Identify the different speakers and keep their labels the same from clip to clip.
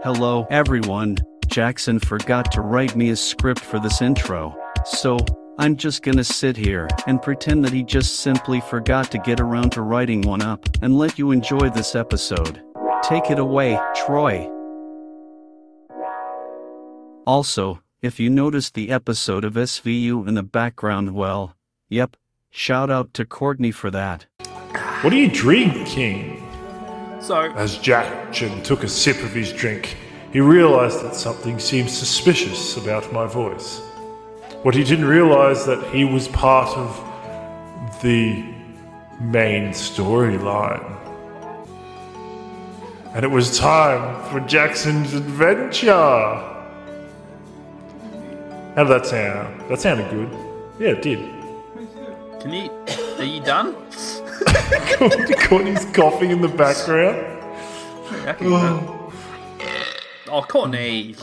Speaker 1: Hello, everyone. Jackson forgot to write me a script for this intro, so I'm just gonna sit here and pretend that he just simply forgot to get around to writing one up and let you enjoy this episode. Take it away, Troy. Also, if you noticed the episode of SVU in the background, well, yep, shout out to Courtney for that.
Speaker 2: What are you drinking?
Speaker 3: So,
Speaker 2: As Jackson took a sip of his drink, he realized that something seemed suspicious about my voice. What he didn't realize that he was part of the main storyline. And it was time for Jackson's adventure. How did that sound? That sounded good. Yeah, it did.
Speaker 3: can you? Are you done?
Speaker 2: Courtney's coughing in the background.
Speaker 3: I can go. Oh, Courtney.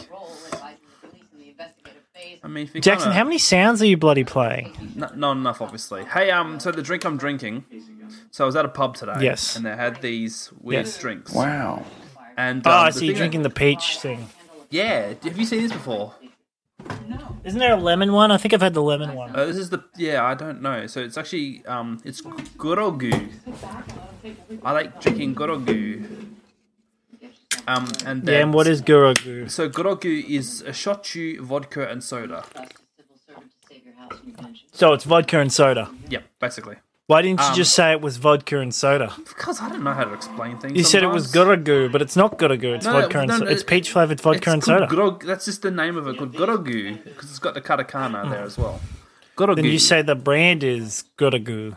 Speaker 3: I mean, if you're
Speaker 4: Jackson,
Speaker 3: gonna-
Speaker 4: how many sounds are you bloody playing?
Speaker 3: N- not enough, obviously. Hey, um, so the drink I'm drinking. So I was at a pub today.
Speaker 4: Yes.
Speaker 3: And they had these weird
Speaker 4: Yes.
Speaker 3: drinks.
Speaker 5: Wow.
Speaker 3: And
Speaker 4: Oh,
Speaker 3: um,
Speaker 4: I
Speaker 3: the
Speaker 4: see you
Speaker 3: thing
Speaker 4: drinking the
Speaker 3: that-
Speaker 4: peach thing.
Speaker 3: Yeah. Have you seen this before?
Speaker 4: Isn't there a lemon one? I think I've had the lemon one.
Speaker 3: Uh, this is the yeah. I don't know. So it's actually um, it's gorogu. I like drinking gorogu. Um, and
Speaker 4: Yeah, and
Speaker 3: that's-
Speaker 4: what is Gurugu?
Speaker 3: so gorogu is a shochu, vodka, and soda.
Speaker 4: So it's vodka and soda.
Speaker 3: Yep, basically.
Speaker 4: Why didn't you
Speaker 3: Um,
Speaker 4: just say it was vodka and soda?
Speaker 3: Because I don't know how to explain things.
Speaker 4: You said it was
Speaker 3: sometimes.
Speaker 4: Gurugu, but it's not Gurugu. It's
Speaker 3: No,
Speaker 4: vodka
Speaker 3: no,
Speaker 4: and
Speaker 3: no,
Speaker 4: soda.
Speaker 3: no,
Speaker 4: It's peach flavored vodka
Speaker 3: It's
Speaker 4: and
Speaker 3: called
Speaker 4: soda.
Speaker 3: Gorog- that's just the name of it called Gorogu because it's got the katakana there as well. Gorogu.
Speaker 4: Hmm. Then you say the brand is Gurugu.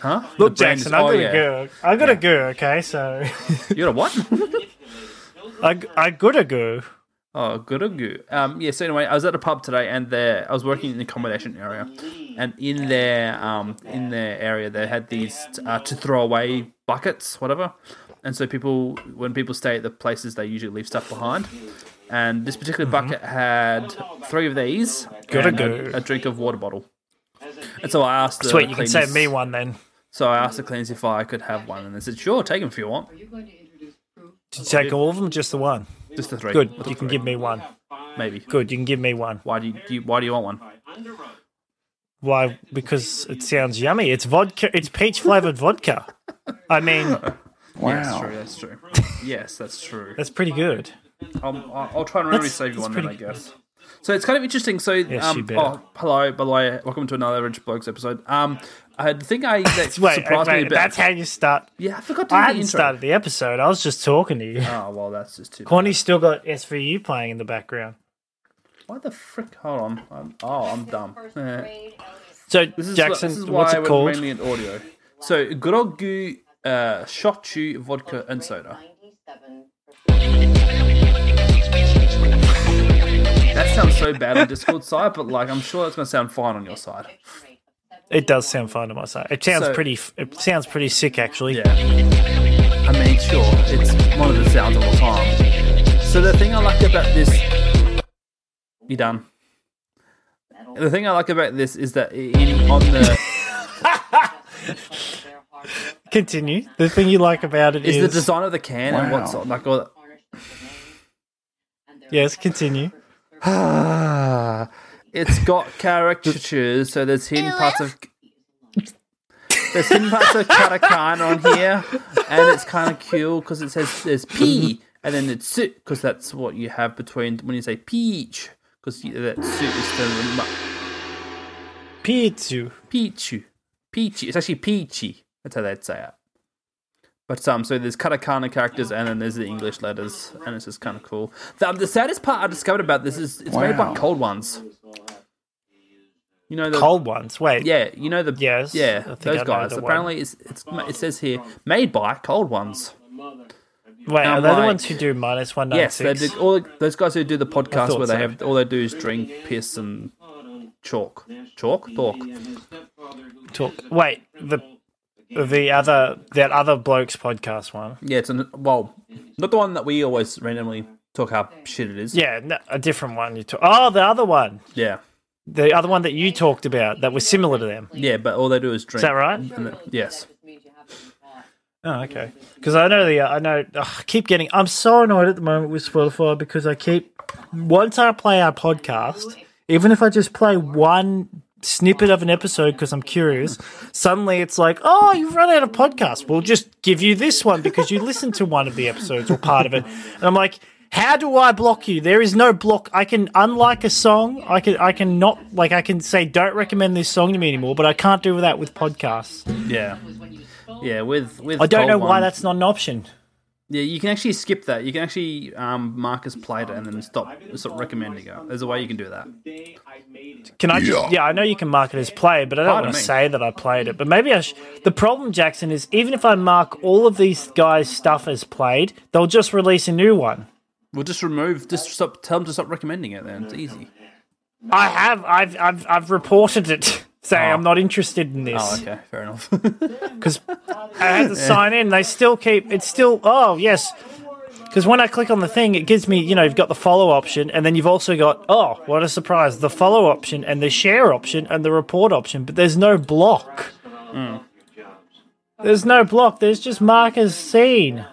Speaker 3: huh? The brand
Speaker 4: Look, Jackson,
Speaker 3: is-
Speaker 4: I got
Speaker 3: oh,
Speaker 4: a
Speaker 3: yeah.
Speaker 4: Gurug. I got a Gurug, okay? So
Speaker 3: You're a what?
Speaker 4: I, I got a Gurug.
Speaker 3: oh, Gorogu. Um, yeah. So anyway, I was at a pub today, and there I was working in the accommodation area, and in their um in their area they had these uh, to throw away buckets, whatever. And so people, when people stay at the places, they usually leave stuff behind. And this particular
Speaker 4: Mm-hmm.
Speaker 3: bucket had three of these and
Speaker 4: Gorogu.
Speaker 3: a, a drink of water bottle. And so I asked. the
Speaker 4: Sweet, you can save
Speaker 3: cleaners-
Speaker 4: me one then.
Speaker 3: So I asked the cleaners if I could have one, and they said, "Sure, take them if you want."
Speaker 4: Did you take all of them or just the one?
Speaker 3: Just the three.
Speaker 4: Good,
Speaker 3: The
Speaker 4: you
Speaker 3: three.
Speaker 4: can give me one.
Speaker 3: maybe.
Speaker 4: Good, you can give me one.
Speaker 3: Why do you, do you Why do you want one?
Speaker 4: Why? Because it sounds yummy. It's vodka. It's peach flavored vodka. I mean,
Speaker 3: That's
Speaker 5: Wow.
Speaker 3: true. That's true. yes, that's true.
Speaker 4: that's pretty good.
Speaker 3: I'll, I'll I'll try and remember to
Speaker 4: That's-
Speaker 3: save you
Speaker 4: that's
Speaker 3: one then, I
Speaker 4: pretty-
Speaker 3: guess. So it's kind of interesting. So
Speaker 4: you
Speaker 3: um,
Speaker 4: better.
Speaker 3: oh, hello, by the way, welcome to another Average Blokes episode. Um, I the thing I that
Speaker 4: Wait,
Speaker 3: surprised me
Speaker 4: wait
Speaker 3: about
Speaker 4: that's how you start.
Speaker 3: yeah, I forgot to do
Speaker 4: I
Speaker 3: the
Speaker 4: hadn't
Speaker 3: intro.
Speaker 4: started the episode. I was just talking to you.
Speaker 3: Oh well, that's just too.
Speaker 4: Corny's still got SVU playing in the background.
Speaker 3: Why the frick? Hold on. I'm, oh, I'm dumb. Eh.
Speaker 4: So
Speaker 3: This is
Speaker 4: Jackson,
Speaker 3: this is why
Speaker 4: what's
Speaker 3: I
Speaker 4: it
Speaker 3: went
Speaker 4: called?
Speaker 3: Mainly in audio. So Grogu, uh, Shochu, vodka, and soda. That sounds so bad on Discord side, but like I'm sure it's gonna sound fine on your side.
Speaker 4: It does sound fine to my side. It sounds
Speaker 3: So-
Speaker 4: pretty. f- It sounds pretty sick, actually.
Speaker 3: Yeah. I mean, sure, it's one of the sounds of all time. So the thing I like about this, you done. The thing I like about this is that in on the
Speaker 4: Continue. The thing you like about it
Speaker 3: is
Speaker 4: is,
Speaker 3: the design of the can and what's
Speaker 5: Wow.
Speaker 3: on like all.
Speaker 4: Yes, continue.
Speaker 3: Ah, it's got caricatures, so there's hidden parts of there's hidden parts of katakana on here, and it's kind of cool because it says there's P and then it's suit because that's what you have between when you say peach because that suit is the mu-
Speaker 4: Pichu.
Speaker 3: peachy, peachy. It's actually peachy. That's how they'd say it. But um, so there's katakana characters and then there's the English letters, and it's just kind of cool. The, the saddest part I discovered about this is it's made by
Speaker 5: Wow.
Speaker 3: cold ones. You know the
Speaker 4: Cold ones. Wait.
Speaker 3: yeah, you know the
Speaker 4: Yes, I
Speaker 3: yeah
Speaker 4: think
Speaker 3: those
Speaker 4: I know
Speaker 3: guys.
Speaker 4: the one.
Speaker 3: Apparently, it's, it's ma- it says here made by cold ones.
Speaker 4: Wait.
Speaker 3: I'm
Speaker 4: Are they the
Speaker 3: like-
Speaker 4: ones who do minus one nine
Speaker 3: Yes, they
Speaker 4: six?
Speaker 3: did, all the- those guys who do the podcast
Speaker 4: thought
Speaker 3: where they
Speaker 4: so.
Speaker 3: have all they do is drink, piss, and chalk, chalk, talk.
Speaker 4: Talk. Wait. The the other that other blokes podcast one.
Speaker 3: Yeah, it's an, well, not the one that we always randomly talk how shit it is.
Speaker 4: Yeah, no, a different one. You talk. Oh, the other one,
Speaker 3: yeah,
Speaker 4: the other one that you talked about that was similar to them.
Speaker 3: yeah, but all they do is drink.
Speaker 4: Is that right?
Speaker 3: And the- yes,
Speaker 4: Oh, okay. Because I know the I know ugh, I keep getting. I'm so annoyed at the moment with Spotify because I keep once I play our podcast, even if I just play one snippet of an episode because I'm curious, suddenly it's like, oh, you've run out of podcasts. We'll just give you this one because you listened to one of the episodes or part of it, and I'm like. How do I block you? There is no block. I can unlike a song. I can I can not like I can say don't recommend this song to me anymore, but I can't do that with podcasts.
Speaker 3: Yeah. Yeah, with with
Speaker 4: I don't know
Speaker 3: Gold
Speaker 4: why
Speaker 3: One-
Speaker 4: that's not an option.
Speaker 3: Yeah, you can actually skip that. You can actually um, mark as played it and then stop stop recommending it. There's a way you can do that.
Speaker 4: Can I just? Yeah, I know you can mark it as play, but I don't
Speaker 3: Pardon
Speaker 4: want to
Speaker 3: me.
Speaker 4: say that I played it. But maybe I. Sh- the problem, Jackson, is even if I mark all of these guys' stuff as played, they'll just release a new one.
Speaker 3: We'll just remove. Just stop. Tell them to stop recommending it. Then it's easy.
Speaker 4: I have. I've. I've. I've reported it. Saying I'm not interested in
Speaker 3: Ah. Oh,
Speaker 4: this
Speaker 3: okay, fair enough.
Speaker 4: because I had to sign in. They still keep. It's still. Oh yes. Because when I click on the thing, it gives me, you know, you've got the follow option, and then you've also got, oh, what a surprise, the follow option, and the share option, and the report option, but there's no block. There's no block. There's just markers seen.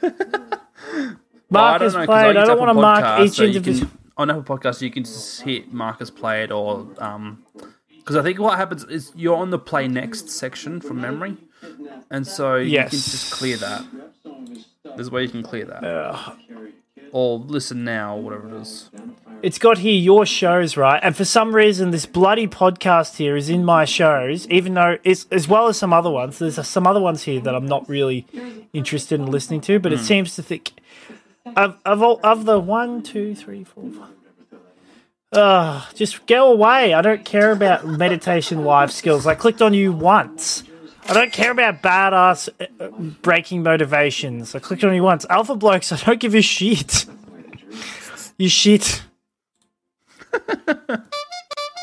Speaker 3: Well,
Speaker 4: Markers played. I don't want to mark each individual.
Speaker 3: On Apple Podcasts, you can s- hit Marcus played or um, because I think what happens is you're on the play next section from memory, and so
Speaker 4: Yes.
Speaker 3: you can just clear that. There's a way you can clear that, or listen now, whatever it is.
Speaker 4: It's got here your shows, right? And for some reason, this bloody podcast here is in my shows, even though it's as well as some other ones. There's some other ones here that I'm not really interested in listening to, but it seems to think of of all of the one, two, three, four, five. Ugh, just go away. I don't care about meditation life skills. I clicked on you once. I don't care about badass uh, uh, breaking motivations. I clicked on you once. Alpha blokes, I don't give a shit. You shit. I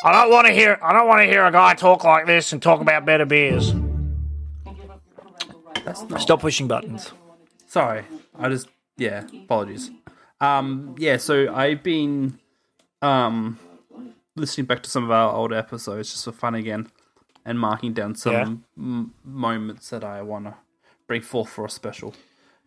Speaker 4: don't want to hear. I don't want to hear a guy talk like this and talk about better beers. Stop pushing buttons.
Speaker 3: Sorry, I just yeah, apologies. Um, yeah, so I've been um listening back to some of our old episodes just for fun again, and marking down some
Speaker 4: Yeah.
Speaker 3: m- moments that I want to bring forth for a special.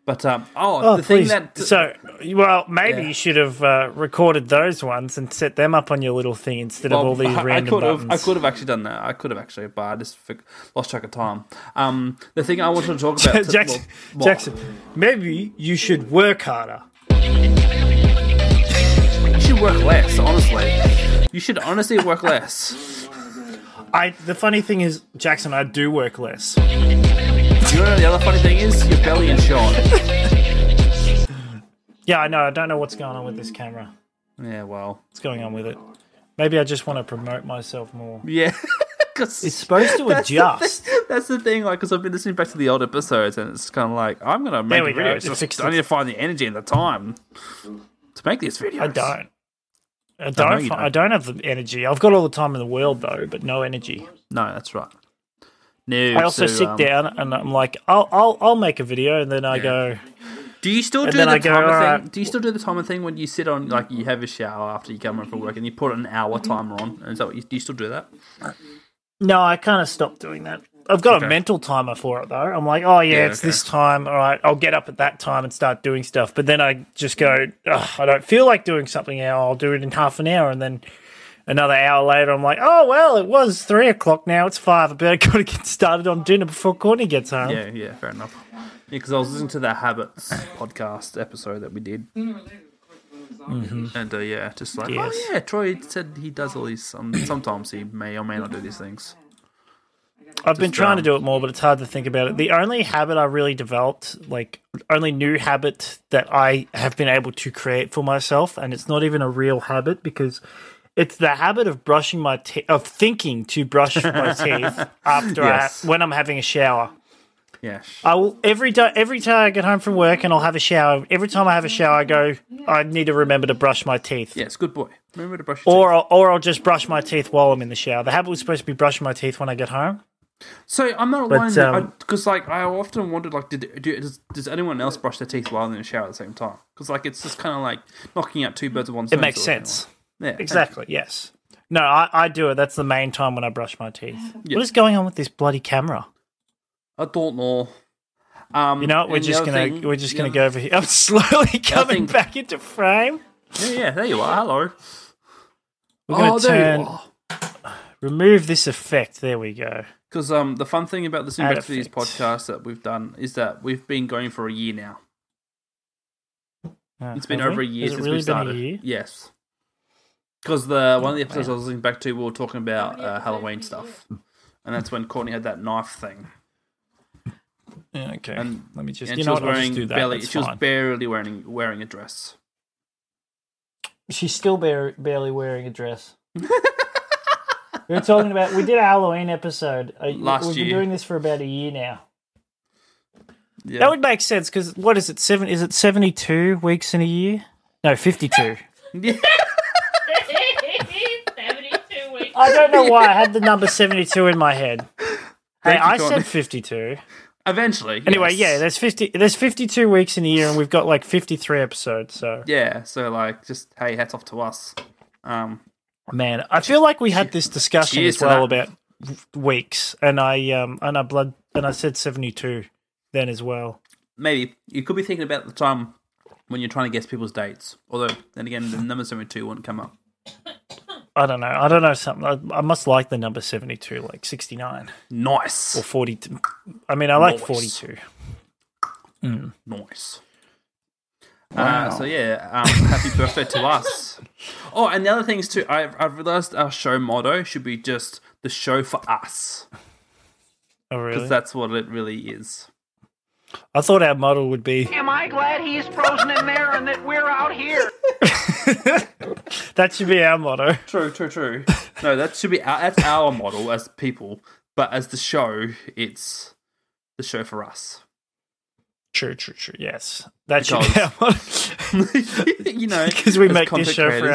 Speaker 3: But um, oh,
Speaker 4: Oh,
Speaker 3: the
Speaker 4: please.
Speaker 3: thing that
Speaker 4: so, well, maybe
Speaker 3: Yeah.
Speaker 4: you should have uh, recorded those ones and set them up on your little thing instead of
Speaker 3: well,
Speaker 4: all these
Speaker 3: I, I
Speaker 4: random
Speaker 3: could have
Speaker 4: buttons.
Speaker 3: I could have actually done that. I could have actually, but I just fig- lost track of time. Um, the thing I wanted to talk about,
Speaker 4: Jackson,
Speaker 3: well, well,
Speaker 4: Jackson, maybe you should work harder.
Speaker 3: you should work less. Honestly, you should honestly work less.
Speaker 4: I. The funny thing is, Jackson, I do work less.
Speaker 3: You know the other funny thing is your belly and Sean.
Speaker 4: Yeah, I know. I don't know what's going on with this camera.
Speaker 3: Yeah, well,
Speaker 4: What's going on with it? Maybe I just want to promote myself more.
Speaker 3: yeah, because
Speaker 4: It's supposed to adjust.
Speaker 3: that's the thing. Like, because I've been listening back to the old episodes, and it's kind of like I'm gonna make
Speaker 4: There we
Speaker 3: videos.
Speaker 4: go, it
Speaker 3: Just-
Speaker 4: fixed
Speaker 3: I need
Speaker 4: it.
Speaker 3: to find the energy and the time to make these videos.
Speaker 4: I don't. I don't,
Speaker 3: you
Speaker 4: fi-
Speaker 3: don't.
Speaker 4: I don't have the energy. I've got all the time in the world though, but no energy.
Speaker 3: No, that's right. No,
Speaker 4: I also
Speaker 3: so,
Speaker 4: sit
Speaker 3: um,
Speaker 4: down and I'm like, I'll I'll, I'll make a video, and then I go,
Speaker 3: Do you still
Speaker 4: and
Speaker 3: do
Speaker 4: then
Speaker 3: the
Speaker 4: I go,
Speaker 3: timer
Speaker 4: "All
Speaker 3: thing?
Speaker 4: right."
Speaker 3: Do you still do the timer thing when you sit on like you have a shower after you come home from work and you put an hour timer on? And so, you, do you still do that?
Speaker 4: no, I kind of stopped doing that. I've got a mental timer for it though. I'm like, oh yeah,
Speaker 3: Yeah,
Speaker 4: it's
Speaker 3: okay.
Speaker 4: this time. All right, I'll get up at that time and start doing stuff. But then I just go, Ugh, I don't feel like doing something now. I'll do it in half an hour, and then another hour later, I'm like, oh well, it was three o'clock now. It's five. I better got to get started on dinner before Courtney gets home.
Speaker 3: Yeah, yeah, fair enough. Yeah, because I was listening to the Habits podcast episode that we did. And uh, yeah, just like,
Speaker 4: Mm-hmm. Yes.
Speaker 3: oh yeah, Troy said he does all these. Um, sometimes he may or may not do these things.
Speaker 4: I've been trying to
Speaker 3: um,
Speaker 4: do it more, but it's hard to think about it. The only habit I really developed, like only new habit that I have been able to create for myself, and it's not even a real habit because it's the habit of brushing my teeth, of thinking to brush my teeth after
Speaker 3: Yes.
Speaker 4: I, when I'm having a shower.
Speaker 3: Yeah,
Speaker 4: I will every day, every time I get home from work, and I'll have a shower. Every time I have a shower, I go, I need to remember to brush my teeth.
Speaker 3: yes, good boy. Remember to brush your
Speaker 4: Or,
Speaker 3: teeth.
Speaker 4: I'll, or I'll just brush my teeth while I'm in the shower. The habit was supposed to be brushing my teeth when I get home.
Speaker 3: So I'm not
Speaker 4: But,
Speaker 3: alone
Speaker 4: um,
Speaker 3: because like I often wondered like, did do, does, does anyone else brush their teeth while in the shower at the same time? Because like it's just kind of like knocking out two birds with one stone.
Speaker 4: It makes
Speaker 3: sort of thing,
Speaker 4: sense.
Speaker 3: like. Yeah,
Speaker 4: Exactly. Yes. No, I, I do it. That's the main time when I brush my teeth.
Speaker 3: Yeah.
Speaker 4: What is going on with this bloody camera?
Speaker 3: I don't know. Um,
Speaker 4: You know, what? we're
Speaker 3: and the
Speaker 4: just
Speaker 3: other
Speaker 4: gonna
Speaker 3: thing-
Speaker 4: we're just
Speaker 3: the
Speaker 4: gonna
Speaker 3: other-
Speaker 4: go over here. I'm slowly
Speaker 3: thing-
Speaker 4: coming back into frame.
Speaker 3: Yeah, yeah, there you are. Hello.
Speaker 4: We're gonna
Speaker 3: oh, there you
Speaker 4: turn
Speaker 3: are.
Speaker 4: remove this effect. There we go.
Speaker 3: Because um, the fun thing about the
Speaker 4: Add
Speaker 3: Syntax for These
Speaker 4: effects.
Speaker 3: podcast that we've done is that we've been going for a year now.
Speaker 4: Uh,
Speaker 3: It's been
Speaker 4: have
Speaker 3: over a
Speaker 4: we?
Speaker 3: year
Speaker 4: Has it
Speaker 3: since
Speaker 4: really
Speaker 3: we started.
Speaker 4: Been a year? Oh,
Speaker 3: Yes. Because the one of the episodes I was listening back to, we were talking about uh, Halloween stuff, and that's when Courtney had that knife thing,
Speaker 4: Yeah, okay.
Speaker 3: and
Speaker 4: Let me just.
Speaker 3: and
Speaker 4: you
Speaker 3: she
Speaker 4: know
Speaker 3: was
Speaker 4: what? I'll
Speaker 3: wearing
Speaker 4: just do that.
Speaker 3: barely,
Speaker 4: That's
Speaker 3: she was
Speaker 4: fine.
Speaker 3: barely wearing wearing a dress.
Speaker 4: She's still bare, barely wearing a dress. we were talking about. We did a Halloween episode Uh,
Speaker 3: Last
Speaker 4: We've
Speaker 3: year.
Speaker 4: been doing this for about a year now.
Speaker 3: Yeah.
Speaker 4: That would make sense because what is it? Seven? Is it seventy-two weeks in a year? No, fifty-two.
Speaker 3: yeah.
Speaker 5: 72 weeks.
Speaker 4: I don't know why I had the number seventy-two in my head. Hey,
Speaker 3: Thank you,
Speaker 4: I
Speaker 3: Courtney.
Speaker 4: said fifty-two.
Speaker 3: Eventually.
Speaker 4: Anyway,
Speaker 3: yes.
Speaker 4: yeah, there's fifty. There's fifty-two weeks in a year, and we've got like fifty-three episodes. So,
Speaker 3: yeah. So like, just hey, hats off to us. Um,
Speaker 4: man, I feel like we had this discussion
Speaker 3: Cheers
Speaker 4: as
Speaker 3: to
Speaker 4: well
Speaker 3: that.
Speaker 4: about weeks, and I um and I blood and I said seventy-two then as well.
Speaker 3: maybe you could be thinking about the time when you're trying to guess people's dates. Although, then again, the number seventy-two wouldn't come up.
Speaker 4: I don't know. I don't know something. I, I must like the number seventy-two, like sixty-nine
Speaker 3: Nice.
Speaker 4: or forty-two. I mean, I like
Speaker 3: Nice.
Speaker 4: forty-two.
Speaker 3: Nice. Uh, so yeah, um, happy birthday to us. Oh, and the other things too. I've, I've realized our show motto should be just the show for us
Speaker 4: Oh, really?
Speaker 3: because that's what it really is.
Speaker 4: I thought our model would be
Speaker 6: Am I glad he's frozen in there and that we're out here?
Speaker 4: that should be our motto.
Speaker 3: True, true, true. No, that should be our, that's our model as people, but as the show, it's the show for us.
Speaker 4: True, true, true. Yes, that should
Speaker 3: Because-
Speaker 4: be our motto.
Speaker 3: you know,
Speaker 4: Because we
Speaker 3: as
Speaker 4: make this
Speaker 3: content
Speaker 4: show for
Speaker 3: creators,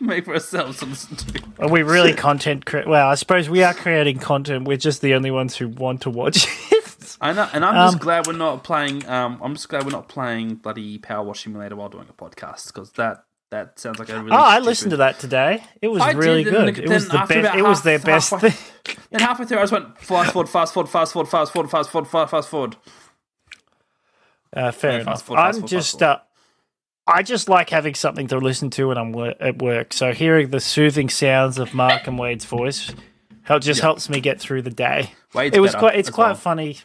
Speaker 3: make for ourselves to listen to.
Speaker 4: Are we really content? Cre- well, I suppose we are creating content. We're just the only ones who want to watch it.
Speaker 3: I know, and I'm just
Speaker 4: Um,
Speaker 3: glad we're not playing. Um, I'm just glad we're not playing bloody Power Wash Simulator while doing a podcast because that that sounds like a really.
Speaker 4: oh, I
Speaker 3: stupid-
Speaker 4: listened to that today. It was
Speaker 3: I did,
Speaker 4: really
Speaker 3: and then-
Speaker 4: good. it was
Speaker 3: then
Speaker 4: the
Speaker 3: after
Speaker 4: best.
Speaker 3: about
Speaker 4: It was
Speaker 3: half-
Speaker 4: their best
Speaker 3: halfway-
Speaker 4: thing.
Speaker 3: Then halfway through, I just went fast forward, fast forward, fast forward, fast forward, fast forward, fast fast forward.
Speaker 4: Uh, fair
Speaker 3: Yeah, fast
Speaker 4: enough.
Speaker 3: forward, fast
Speaker 4: I'm
Speaker 3: forward, fast
Speaker 4: just.
Speaker 3: forward.
Speaker 4: Uh, I just like having something to listen to when I'm wor- at work. So hearing the soothing sounds of Mark and Wade's voice help, just helps me get through the day.
Speaker 3: Wade's
Speaker 4: it was
Speaker 3: better
Speaker 4: quite. It's
Speaker 3: as
Speaker 4: quite
Speaker 3: well.
Speaker 4: funny.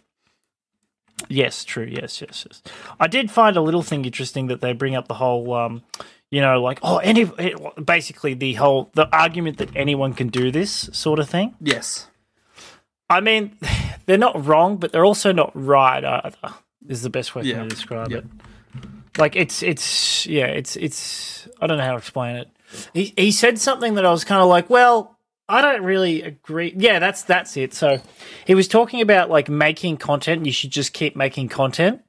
Speaker 4: Yes, true. Yes, yes, yes. I did find a little thing interesting that they bring up the whole, um, you know, like oh, any it- basically the whole the argument that anyone can do this sort of thing.
Speaker 3: Yes,
Speaker 4: I mean, they're not wrong, but they're also not right either. Is the best way for
Speaker 3: Yeah.
Speaker 4: me to describe
Speaker 3: Yeah.
Speaker 4: it. Like it's it's yeah it's it's I don't know how to explain it. He he said something that I was kind of like, well, I don't really agree. Yeah, that's that's it. So he was talking about like making content. You should just keep making content.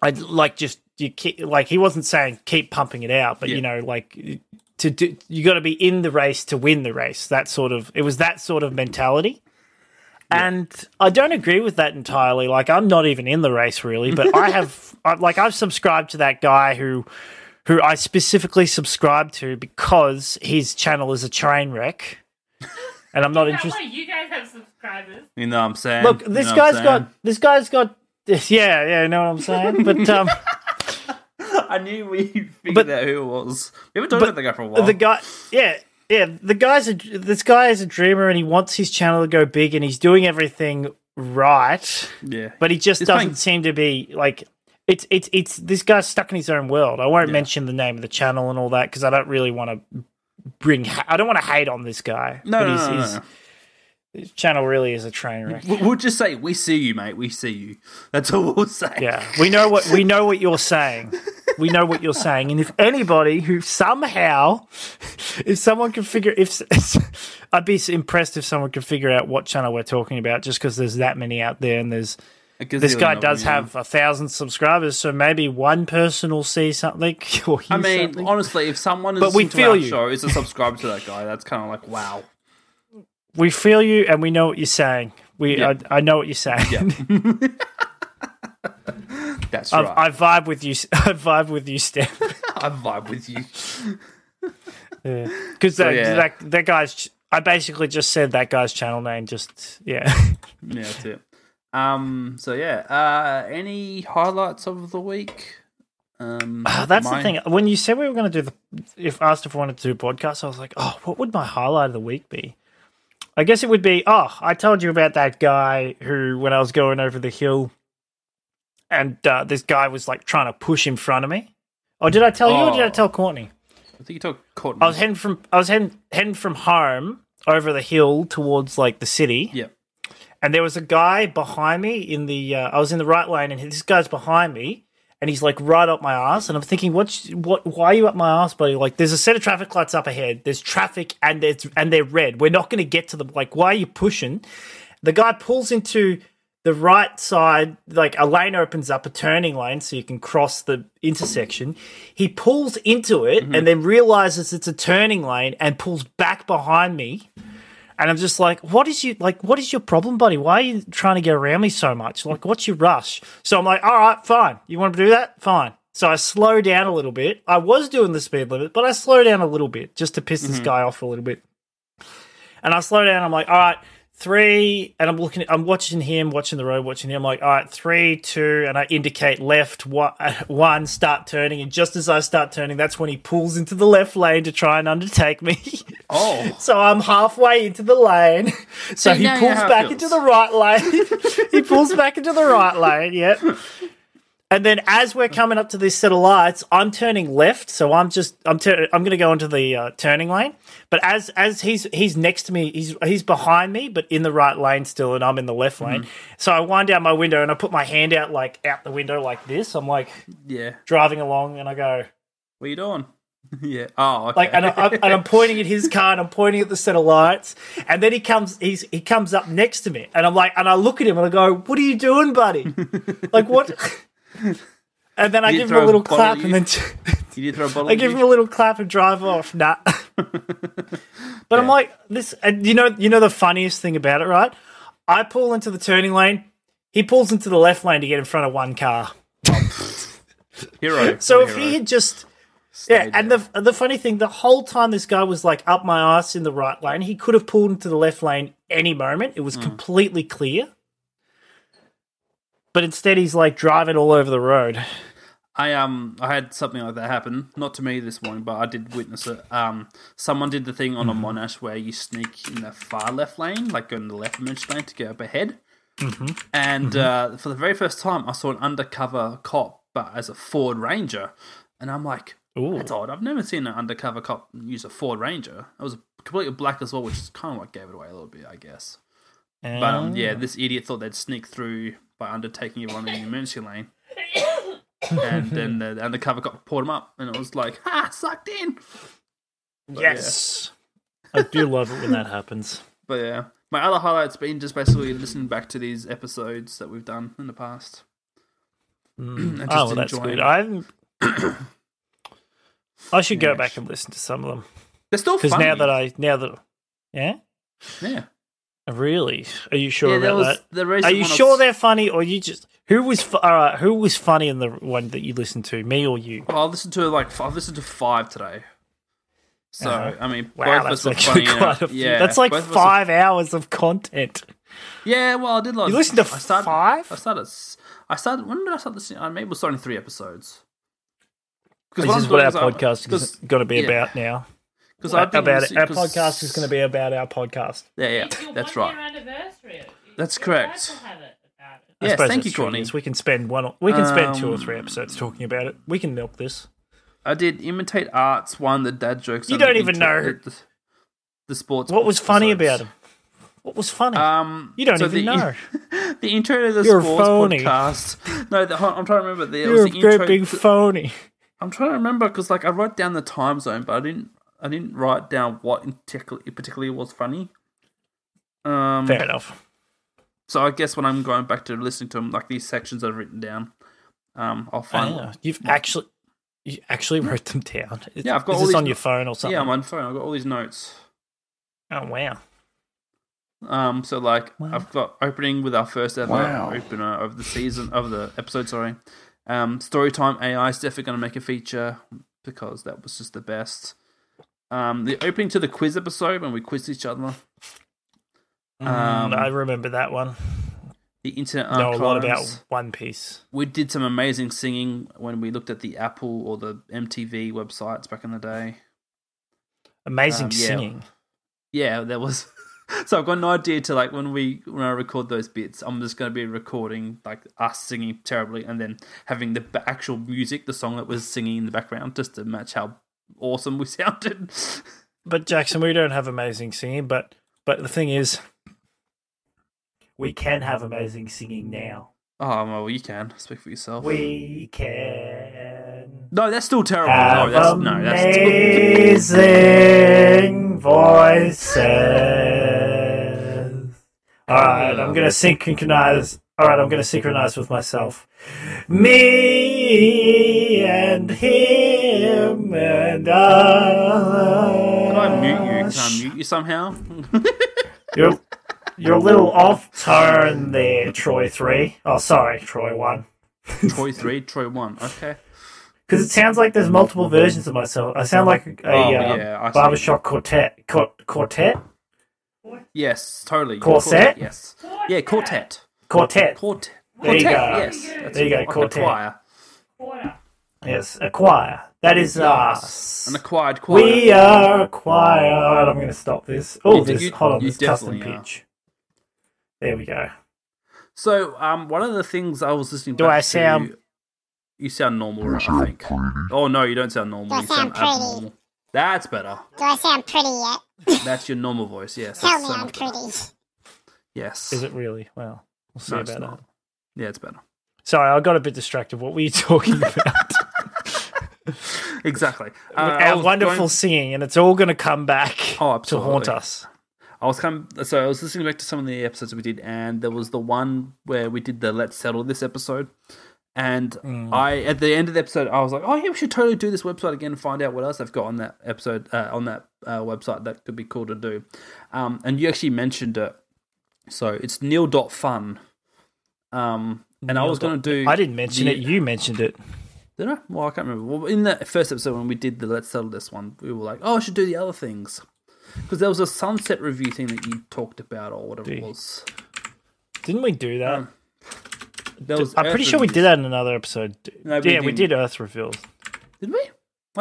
Speaker 4: I like just you keep like he wasn't saying keep pumping it out, but
Speaker 3: Yeah.
Speaker 4: you know like to do you got to be in the race to win the race. That sort of it was that sort of mentality. And I don't agree with that entirely. Like I'm not even in the race really, but I have I, like I've subscribed to that guy who who I specifically subscribe to because his channel is a train wreck. And I'm not
Speaker 5: That
Speaker 4: interested
Speaker 5: way you guys have subscribers.
Speaker 3: you know what I'm saying.
Speaker 4: Look,
Speaker 3: You know
Speaker 4: this
Speaker 3: what I'm
Speaker 4: guy's got this guy's got yeah, yeah, you know what I'm saying? But um
Speaker 3: saying? I knew we figured
Speaker 4: But-
Speaker 3: out who it was. We haven't talked about the guy for a while.
Speaker 4: the guy yeah yeah the guy's a, this guy is a dreamer and he wants his channel to go big and he's doing everything right
Speaker 3: yeah,
Speaker 4: but he just
Speaker 3: He's
Speaker 4: doesn't
Speaker 3: playing-
Speaker 4: seem to be like it's it's it's this guy's stuck in his own world i won't mention the name of the channel and all that because i don't really want to bring ha- i don't want to hate on this guy
Speaker 3: no,
Speaker 4: but
Speaker 3: no,
Speaker 4: his,
Speaker 3: no, no,
Speaker 4: his,
Speaker 3: no.
Speaker 4: his channel really is a train wreck
Speaker 3: We- We'll just say we see you, mate. We see you. That's all we'll say.
Speaker 4: Yeah, we know what we know what you're saying. We know what you're saying, and if anybody who somehow, if someone can figure, if I'd be impressed if someone could figure out what channel we're talking about, just because there's that many out there, and there's
Speaker 3: It gives
Speaker 4: this
Speaker 3: you
Speaker 4: guy
Speaker 3: another
Speaker 4: does
Speaker 3: reason.
Speaker 4: have a thousand subscribers, so maybe one person will see something. Or hear
Speaker 3: I mean,
Speaker 4: something.
Speaker 3: honestly, if someone is
Speaker 4: But we
Speaker 3: listening to
Speaker 4: feel
Speaker 3: our
Speaker 4: you.
Speaker 3: show is a subscriber to that guy, that's kind of like wow.
Speaker 4: we feel you, and we know what you're saying. We,
Speaker 3: Yeah.
Speaker 4: I, I know what you're saying.
Speaker 3: Yeah, that's
Speaker 4: I,
Speaker 3: right.
Speaker 4: I vibe with you. I vibe with you, Steph.
Speaker 3: I vibe with you.
Speaker 4: Because that,
Speaker 3: yeah.
Speaker 4: that that guy's, I basically just said that guy's channel name. Just yeah,
Speaker 3: Yeah, that's it. Um. So yeah. Uh. Any highlights of the week? Um.
Speaker 4: Oh, that's
Speaker 3: mine-
Speaker 4: the thing. When you said we were going to do the, if asked if we wanted to do podcasts, I was like, oh, what would my highlight of the week be? I guess it would be, oh, I told you about that guy who, when I was going over the hill, and uh, this guy was like trying to push in front of me. Or did I tell you, or did I
Speaker 3: Oh.
Speaker 4: tell Courtney?
Speaker 3: I think you talked Courtney.
Speaker 4: I was heading from, I was heading, heading from home over the hill towards like the city
Speaker 3: yeah.
Speaker 4: and there was a guy behind me in the uh, I was in the right lane and this guy's behind me and he's like right up my ass and I'm thinking what's what why are you up my ass buddy like there's a set of traffic lights up ahead there's traffic and it's and they're red we're not going to get to them like why are you pushing the guy pulls into the right side like a lane opens up a turning lane so you can cross the intersection he pulls into it and then realizes it's a turning lane and pulls back behind me and I'm just like, what is you like? What is your problem, buddy? Why are you trying to get around me so much? Like, what's your rush? So I'm like, all right, fine. You want to do that? Fine. So I slow down a little bit. I was doing the speed limit, but I slow down a little bit just to piss this guy off a little bit. And I slow down. I'm like, all right, three. And I'm looking. I'm watching him, watching the road, watching him. I'm like, all right, three, two. And I indicate left, one, one. Start turning. And just as I start turning, that's when he pulls into the left lane to try and undertake me.
Speaker 3: Oh.
Speaker 4: So I'm halfway into the lane. So
Speaker 3: See,
Speaker 4: he
Speaker 3: now you
Speaker 4: pulls
Speaker 3: know how it
Speaker 4: back
Speaker 3: feels.
Speaker 4: into the right lane. he pulls back into the right lane, yep. And then as we're coming up to this set of lights, I'm turning left, so I'm just I'm tur- I'm going to go into the uh, turning lane. But as as he's he's next to me, he's he's behind me, but in the right lane still, and I'm in the left lane.
Speaker 3: Mm-hmm.
Speaker 4: So I wind down my window and I put my hand out like out the window like this. I'm like
Speaker 3: Yeah.
Speaker 4: driving along and I go,
Speaker 3: What are you doing? yeah. Oh. Okay.
Speaker 4: like and, I, I'm- and I'm pointing at his car and I'm pointing at the set of lights, and then he comes he's he comes up next to me, and I'm like, and I look at him and I go, "What are you doing, buddy? like what?" And then I
Speaker 3: You
Speaker 4: give him
Speaker 3: throw a
Speaker 4: a little
Speaker 3: bottle
Speaker 4: clap,
Speaker 3: at
Speaker 4: and
Speaker 3: you.
Speaker 4: then
Speaker 3: you did throw a bottle.
Speaker 4: I give him a little clap and drive off. Nah, but I'm like this, and you know, you know the funniest thing about it, right? I pull into the turning lane. He pulls into the left lane to get in front of one car.
Speaker 3: hero.
Speaker 4: So
Speaker 3: What a
Speaker 4: if
Speaker 3: hero.
Speaker 4: he had just yeah, and the the funny thing, the whole time this guy was like up my ass in the right lane, he could have pulled into the left lane any moment. It was
Speaker 3: Hmm.
Speaker 4: completely clear. But instead, he's like driving all over the road.
Speaker 3: I um I had something like that happen, not to me this morning, but I did witness it. Um, someone did the thing on a Monash where you sneak in the far left lane, like go in the left merge lane to get up ahead. Mm-hmm. And Uh, for the very first time, I saw an undercover cop, but as a Ford Ranger, and I'm like, that's odd. I've never seen an undercover cop use a Ford Ranger. It was completely black as well, which is kind of what gave it away a little bit, I guess. But um,
Speaker 4: Oh.
Speaker 3: yeah, this idiot thought they'd sneak through by undertaking everyone in the emergency lane. and then the, the undercover cop pulled him up, and it was like, ha, sucked in.
Speaker 4: yes, I do love it when that happens.
Speaker 3: But yeah, my other highlight's been just basically listening back to these episodes that we've done in the past. and just
Speaker 4: oh, well, that's
Speaker 3: enjoying
Speaker 4: good.
Speaker 3: it.
Speaker 4: I haven't- I should go back and listen to some of them
Speaker 3: They're still
Speaker 4: because
Speaker 3: funny.
Speaker 4: now that I now that yeah,
Speaker 3: yeah,
Speaker 4: really, are you sure
Speaker 3: yeah, there
Speaker 4: about
Speaker 3: was
Speaker 4: that?
Speaker 3: the
Speaker 4: Are
Speaker 3: recent
Speaker 4: you
Speaker 3: one I
Speaker 4: sure
Speaker 3: was-
Speaker 4: they're funny, or you just who was fu- all right, who was funny in the one that you listened to, me or you?
Speaker 3: Well, I listened to like five, I listened to five today. So I mean,
Speaker 4: Uh-huh. Wow,
Speaker 3: both of us
Speaker 4: that's
Speaker 3: were
Speaker 4: actually
Speaker 3: funny. in it.
Speaker 4: quite a few.
Speaker 3: yeah,
Speaker 4: that's like
Speaker 3: both of us were-
Speaker 4: five hours of content.
Speaker 3: Yeah, well, I did. Like,
Speaker 4: You listened to
Speaker 3: I started,
Speaker 4: five?
Speaker 3: I started. s- I started. When did I start listening? I maybe was starting three episodes. Because
Speaker 4: This is what our podcast is going to be
Speaker 3: yeah.
Speaker 4: about now.
Speaker 3: Because
Speaker 4: About it. Our podcast is going to be about our podcast.
Speaker 3: Yeah, yeah,
Speaker 5: It's your
Speaker 3: that's
Speaker 5: one-year
Speaker 3: right.
Speaker 5: anniversary of it. You-
Speaker 3: That's
Speaker 5: you're allowed
Speaker 3: correct.
Speaker 5: to have it about it.
Speaker 4: I
Speaker 3: Yes,
Speaker 4: suppose
Speaker 3: thank
Speaker 4: that's
Speaker 3: you,
Speaker 4: true,
Speaker 3: Courtney.
Speaker 4: yes. We can spend one. or- We can spend two or
Speaker 3: Um,
Speaker 4: three episodes talking about it. We can milk this.
Speaker 3: I did imitate arts one, the dad jokes.
Speaker 4: You
Speaker 3: and the
Speaker 4: don't even know.
Speaker 3: the, the, the sports.
Speaker 4: What was funny about
Speaker 3: episodes.
Speaker 4: him? What was funny?
Speaker 3: Um,
Speaker 4: you don't
Speaker 3: so
Speaker 4: even
Speaker 3: the-
Speaker 4: know.
Speaker 3: The intro to the
Speaker 4: You're a
Speaker 3: sports
Speaker 4: phony.
Speaker 3: podcast. No, the, I'm trying to remember. The, it
Speaker 4: You're a
Speaker 3: was the intro
Speaker 4: great big
Speaker 3: to-
Speaker 4: phony.
Speaker 3: I'm trying to remember because like I wrote down the time zone, but I didn't. I didn't write down what in particular particularly was funny. Um,
Speaker 4: Fair enough.
Speaker 3: so I guess when I'm going back to listening to them, like these sections I've written down, um, I'll find.
Speaker 4: Ah, you've actually you actually wrote them down. Is-
Speaker 3: Yeah, I've got
Speaker 4: is
Speaker 3: all
Speaker 4: this
Speaker 3: these-
Speaker 4: on your phone or something.
Speaker 3: yeah, I'm on phone. I've got all these notes.
Speaker 4: oh wow.
Speaker 3: Um, so like I've got opening with our first ever
Speaker 7: Wow.
Speaker 3: opener of the season of the episode. Sorry, um, Storytime AI is definitely going to make a feature because that was just the best. Um, the opening to the quiz episode when we quizzed each other.
Speaker 4: Mm, I remember that one.
Speaker 3: Um, the internet
Speaker 4: know
Speaker 3: archives.
Speaker 4: a lot about One Piece.
Speaker 3: We did some amazing singing when we looked at the Apple or the MTV websites back in the day.
Speaker 4: Amazing
Speaker 3: Um, yeah.
Speaker 4: singing.
Speaker 3: Yeah, that was. so I've got an idea to like when we when I record those bits, I'm just going to be recording like us singing terribly and then having the b- actual music, the song that was singing in the background, just to match how awesome we sounded.
Speaker 4: But Jackson, we don't have amazing singing. But but the thing is, we can have amazing singing now.
Speaker 3: Oh well, you can speak for yourself.
Speaker 4: We can
Speaker 3: no, that's still terrible.
Speaker 4: have
Speaker 3: No, Oh, that's no, that's
Speaker 4: amazing voices. All right, I'm gonna synchronize. All right, I'm gonna synchronize with myself. Me and him and I.
Speaker 3: Can I mute you? Can I mute you somehow?
Speaker 4: You're, you're a little off turn there, Troy 3. Oh, sorry, Troy 1.
Speaker 3: Troy three, Troy one. Okay.
Speaker 4: Because it sounds like there's multiple versions of myself. I sound like a, a
Speaker 3: Oh,
Speaker 4: uh,
Speaker 3: yeah, I see.
Speaker 4: barbershop quartet. Quar- quartet?
Speaker 3: Yes, totally.
Speaker 4: Corset?
Speaker 3: Yes. Yeah, quartet.
Speaker 4: Quartet.
Speaker 3: Quartet.
Speaker 4: There you
Speaker 3: Quartet.
Speaker 4: go.
Speaker 3: Yes. That's
Speaker 4: There you go,
Speaker 3: like a
Speaker 4: quartet.
Speaker 3: choir.
Speaker 5: Quarter.
Speaker 4: Yes, a choir. That is us.
Speaker 3: An acquired choir.
Speaker 4: we are a choir. Alright, I'm going to stop this.
Speaker 3: You
Speaker 4: Oh,
Speaker 3: do-
Speaker 4: this.
Speaker 3: you-
Speaker 4: hold on,
Speaker 3: you
Speaker 4: this custom
Speaker 3: definitely are.
Speaker 4: pitch. There we go.
Speaker 3: So, um, one of the things I was listening
Speaker 4: Do
Speaker 3: back
Speaker 4: I
Speaker 3: to-
Speaker 4: sound-
Speaker 3: You sound normal, I think. Oh no, you don't sound normal.
Speaker 7: Do I
Speaker 3: you sound,
Speaker 7: sound pretty?
Speaker 3: abnormal. That's better.
Speaker 7: Do I sound pretty yet?
Speaker 3: That's your normal voice. Yes.
Speaker 7: Tell
Speaker 3: that's
Speaker 7: me
Speaker 3: so
Speaker 7: I'm
Speaker 3: much better.
Speaker 7: pretty.
Speaker 3: Yes.
Speaker 4: Is it really? Well, we'll see
Speaker 3: No, it's
Speaker 4: about that.
Speaker 3: not. Yeah, it's better.
Speaker 4: Sorry, I got a bit distracted. What were you talking about?
Speaker 3: Exactly. Uh, I
Speaker 4: Our
Speaker 3: was
Speaker 4: wonderful
Speaker 3: going-
Speaker 4: singing, and it's all going to come back
Speaker 3: Oh,
Speaker 4: to haunt
Speaker 3: absolutely.
Speaker 4: us.
Speaker 3: I was come so I was listening back to some of the episodes we did, and there was the one where we did the "Let's Settle" this episode, and
Speaker 4: Mm.
Speaker 3: I at the end of the episode I was like, oh yeah, we should totally do this website again and find out what else they've got on that episode uh, on that uh, website that could be cool to do, um, and you actually mentioned it, so it's neil.fun. Um, and I was going to do.
Speaker 4: I didn't mention
Speaker 3: the-
Speaker 4: it. You mentioned it.
Speaker 3: did I? Well, I can't remember. Well, in that first episode when we did the Let's Settle This one, we were like, oh, I should do the other things. Because there was a sunset review thing that you talked about or whatever it
Speaker 4: Gee.
Speaker 3: was.
Speaker 4: Didn't we do
Speaker 3: Mm.
Speaker 4: that?
Speaker 3: There was
Speaker 4: I'm pretty
Speaker 3: Earth
Speaker 4: sure we did
Speaker 3: reviews.
Speaker 4: that in another episode.
Speaker 3: No, we
Speaker 4: yeah, we
Speaker 3: didn't.
Speaker 4: did Earth reveals.
Speaker 3: Did we? I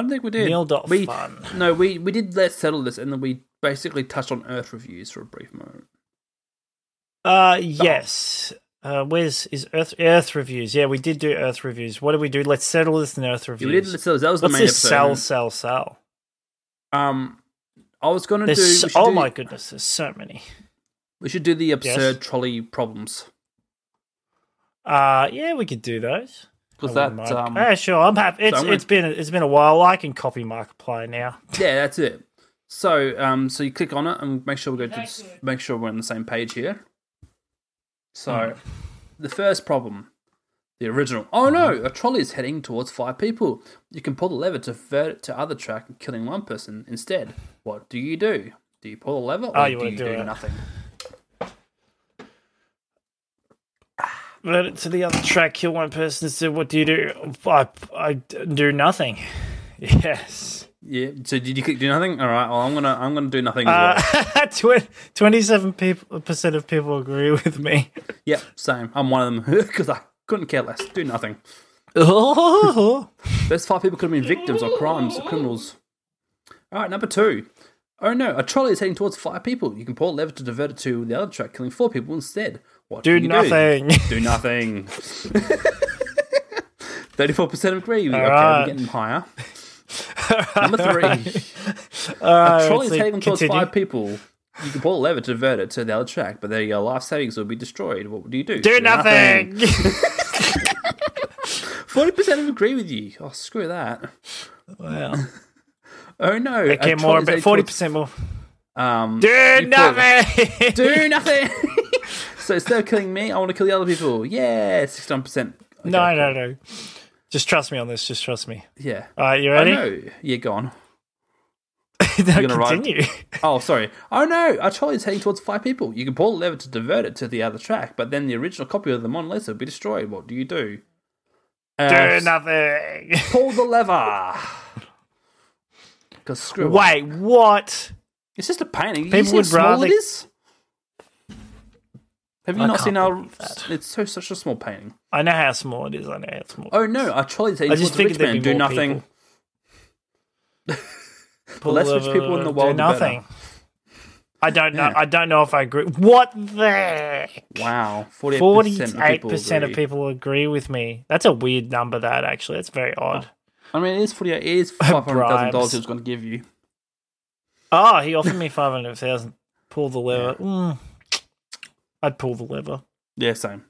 Speaker 3: don't think we did.
Speaker 4: Neil dot
Speaker 3: we,
Speaker 4: fun.
Speaker 3: No, we, we did Let's Settle This and then we basically touched on Earth reviews for a brief moment.
Speaker 4: Uh, yes. Uh, where's is Earth Earth reviews? Yeah, we did do Earth reviews. What did we do? Let's settle this in Earth
Speaker 3: Yeah,
Speaker 4: reviews.
Speaker 3: we did Let's Settle This. That was
Speaker 4: What's
Speaker 3: the main
Speaker 4: this? Sell,
Speaker 3: episode.
Speaker 4: sell, sell.
Speaker 3: Um, I was going to do.
Speaker 4: There's
Speaker 3: we
Speaker 4: so,
Speaker 3: should
Speaker 4: oh
Speaker 3: do-
Speaker 4: my goodness, there's so many.
Speaker 3: We should do the absurd
Speaker 4: Yes.
Speaker 3: trolley problems.
Speaker 4: Uh, yeah, we could do those.
Speaker 3: Because
Speaker 4: I
Speaker 3: that.
Speaker 4: wouldn't mind.
Speaker 3: Um,
Speaker 4: yeah, sure. I'm happy. It's
Speaker 3: I'm gonna-
Speaker 4: it's been it's been a while. I can copy Markiplier now.
Speaker 3: Yeah, that's it. So, um, so you click on it and make sure we go to this, make sure we're on the same page here. So,
Speaker 4: Hmm.
Speaker 3: the first problem, the original. Oh
Speaker 4: Hmm.
Speaker 3: no, a trolley is heading towards five people. You can pull the lever to divert it to other track, killing one person instead. What do you do? Do you pull the lever or
Speaker 4: Oh, you
Speaker 3: do
Speaker 4: wanna
Speaker 3: you
Speaker 4: do
Speaker 3: do,
Speaker 4: it.
Speaker 3: nothing?
Speaker 4: But to the other track, kill one person. So what do you do? I I do nothing. Yes.
Speaker 3: Yeah. So did you click do nothing? All right. Well, I'm gonna I'm gonna do nothing. as well.
Speaker 4: Uh, twenty-seven percent of people agree with me.
Speaker 3: Yeah. Same. I'm one of them because I couldn't care less. Do nothing.
Speaker 4: Oh,
Speaker 3: Those five people could have been victims or crimes or criminals. All right, number two. Oh no, a trolley is heading towards five people. You can pull a lever to divert it to the other track, killing four people instead. What
Speaker 4: do
Speaker 3: you
Speaker 4: nothing.
Speaker 3: Do, do nothing. Thirty-four percent agree. okay,
Speaker 4: right.
Speaker 3: we're getting higher. number three.
Speaker 4: Uh,
Speaker 3: a trolley is
Speaker 4: let's see,
Speaker 3: heading towards
Speaker 4: continue.
Speaker 3: five people. You can pull a lever to divert it to the other track, but then your life savings will be destroyed. What do you do?
Speaker 4: Do nothing.
Speaker 3: Forty percent agree with you. Oh, screw that.
Speaker 4: wow.
Speaker 3: Oh no. a
Speaker 4: Okay,
Speaker 3: trolley
Speaker 4: more
Speaker 3: is heading
Speaker 4: about
Speaker 3: towards-
Speaker 4: forty percent more.
Speaker 3: Um,
Speaker 4: Do
Speaker 3: you pull-
Speaker 4: nothing.
Speaker 3: Do nothing. so instead of killing me, I want to kill the other people. Yeah, sixty-one percent.
Speaker 4: no, no, no. Just trust me on this. Just trust me.
Speaker 3: Yeah.
Speaker 4: All right, you
Speaker 3: Oh
Speaker 4: ready?
Speaker 3: no, yeah, go on.
Speaker 4: no,
Speaker 3: gonna write-
Speaker 4: continue.
Speaker 3: Oh, sorry. Oh no, our trolley is heading towards five people. You can pull the lever to divert it to the other track, but then the original copy of the Mona Lisa will be destroyed. What do you do?
Speaker 4: Do
Speaker 3: Uh,
Speaker 4: nothing.
Speaker 3: pull the lever. Because screw it.
Speaker 4: Wait, what?
Speaker 3: it's just a painting. People
Speaker 4: People
Speaker 3: would
Speaker 4: would
Speaker 3: how small
Speaker 4: rather-
Speaker 3: it is? Have you
Speaker 4: I
Speaker 3: not
Speaker 4: can't
Speaker 3: seen our?
Speaker 4: believe that.
Speaker 3: It's so such a small painting.
Speaker 4: I know how small it is. I know how small.
Speaker 3: Oh no! I tried to
Speaker 4: I
Speaker 3: equal
Speaker 4: just
Speaker 3: the
Speaker 4: figured
Speaker 3: rich
Speaker 4: there'd
Speaker 3: man
Speaker 4: be
Speaker 3: do
Speaker 4: more
Speaker 3: nothing.
Speaker 4: the
Speaker 3: less rich people in the world, the better.
Speaker 4: I don't know.
Speaker 3: Yeah.
Speaker 4: I don't know if I agree. What the?
Speaker 3: Wow, forty-eight
Speaker 4: Forty-eight percent of people agree with me. That's a weird number. That actually, that's very
Speaker 3: Oh.
Speaker 4: odd.
Speaker 3: I mean, it is forty-eight. It is five hundred thousand dollars
Speaker 4: Bribes.
Speaker 3: he was going to give you.
Speaker 4: Oh, he offered me five hundred thousand. Pull the lever. Mm. I'd pull the lever.
Speaker 3: Yeah, same.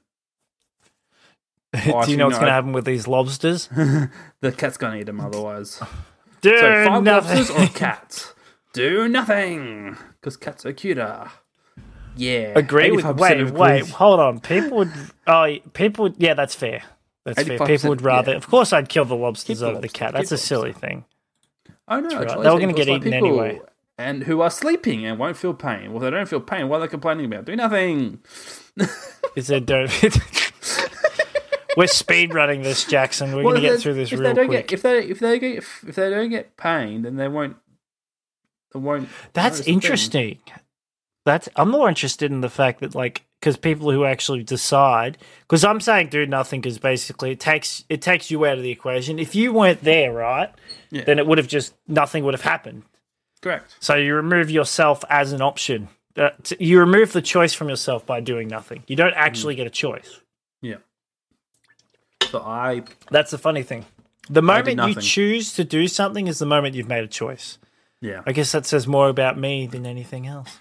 Speaker 4: Do
Speaker 3: actually,
Speaker 4: you know what's
Speaker 3: no,
Speaker 4: going to
Speaker 3: I-
Speaker 4: happen with these lobsters?
Speaker 3: The cat's going to eat him otherwise. so
Speaker 4: Do
Speaker 3: five
Speaker 4: nothing.
Speaker 3: lobsters or cats? Do nothing because cats are cuter. Yeah,
Speaker 4: agree with
Speaker 3: 85%
Speaker 4: wait
Speaker 3: of
Speaker 4: wait
Speaker 3: agrees.
Speaker 4: hold on people would oh y- people would yeah that's fair that's fair
Speaker 3: 85%,
Speaker 4: people would rather
Speaker 3: yeah.
Speaker 4: of course i'd kill the
Speaker 3: Keep
Speaker 4: lobsters
Speaker 3: the
Speaker 4: over the
Speaker 3: lobster,
Speaker 4: cat
Speaker 3: keep
Speaker 4: that's a
Speaker 3: lobster.
Speaker 4: silly thing
Speaker 3: Oh no,
Speaker 4: right.
Speaker 3: Charlie's
Speaker 4: They were gonna
Speaker 3: equals
Speaker 4: get
Speaker 3: by
Speaker 4: eaten
Speaker 3: people
Speaker 4: anyway.
Speaker 3: And who are sleeping and won't feel pain. Well, they don't feel pain. What are they complaining about? Do nothing.
Speaker 4: is there don't we're speed running this jackson we're
Speaker 3: Well,
Speaker 4: gonna
Speaker 3: if
Speaker 4: get
Speaker 3: they-
Speaker 4: through this
Speaker 3: if
Speaker 4: real
Speaker 3: they don't
Speaker 4: quick
Speaker 3: Get, if they if they get if they don't get pain, then they won't. They won't.
Speaker 4: that's
Speaker 3: notice the pain.
Speaker 4: interesting that's i'm more interested in the fact that like because people who actually decide because i'm saying do nothing because basically it takes it takes you out of the equation if you weren't there right
Speaker 3: Yeah.
Speaker 4: then it would have just nothing would have happened
Speaker 3: Correct.
Speaker 4: So you remove yourself as an option. Uh, t- you remove the choice from yourself by doing nothing. You don't actually get a choice.
Speaker 3: Yeah. So I
Speaker 4: That's the funny thing. The moment you
Speaker 3: nothing.
Speaker 4: choose to do something is the moment you've made a choice.
Speaker 3: yeah.
Speaker 4: I guess that says more about me than anything else.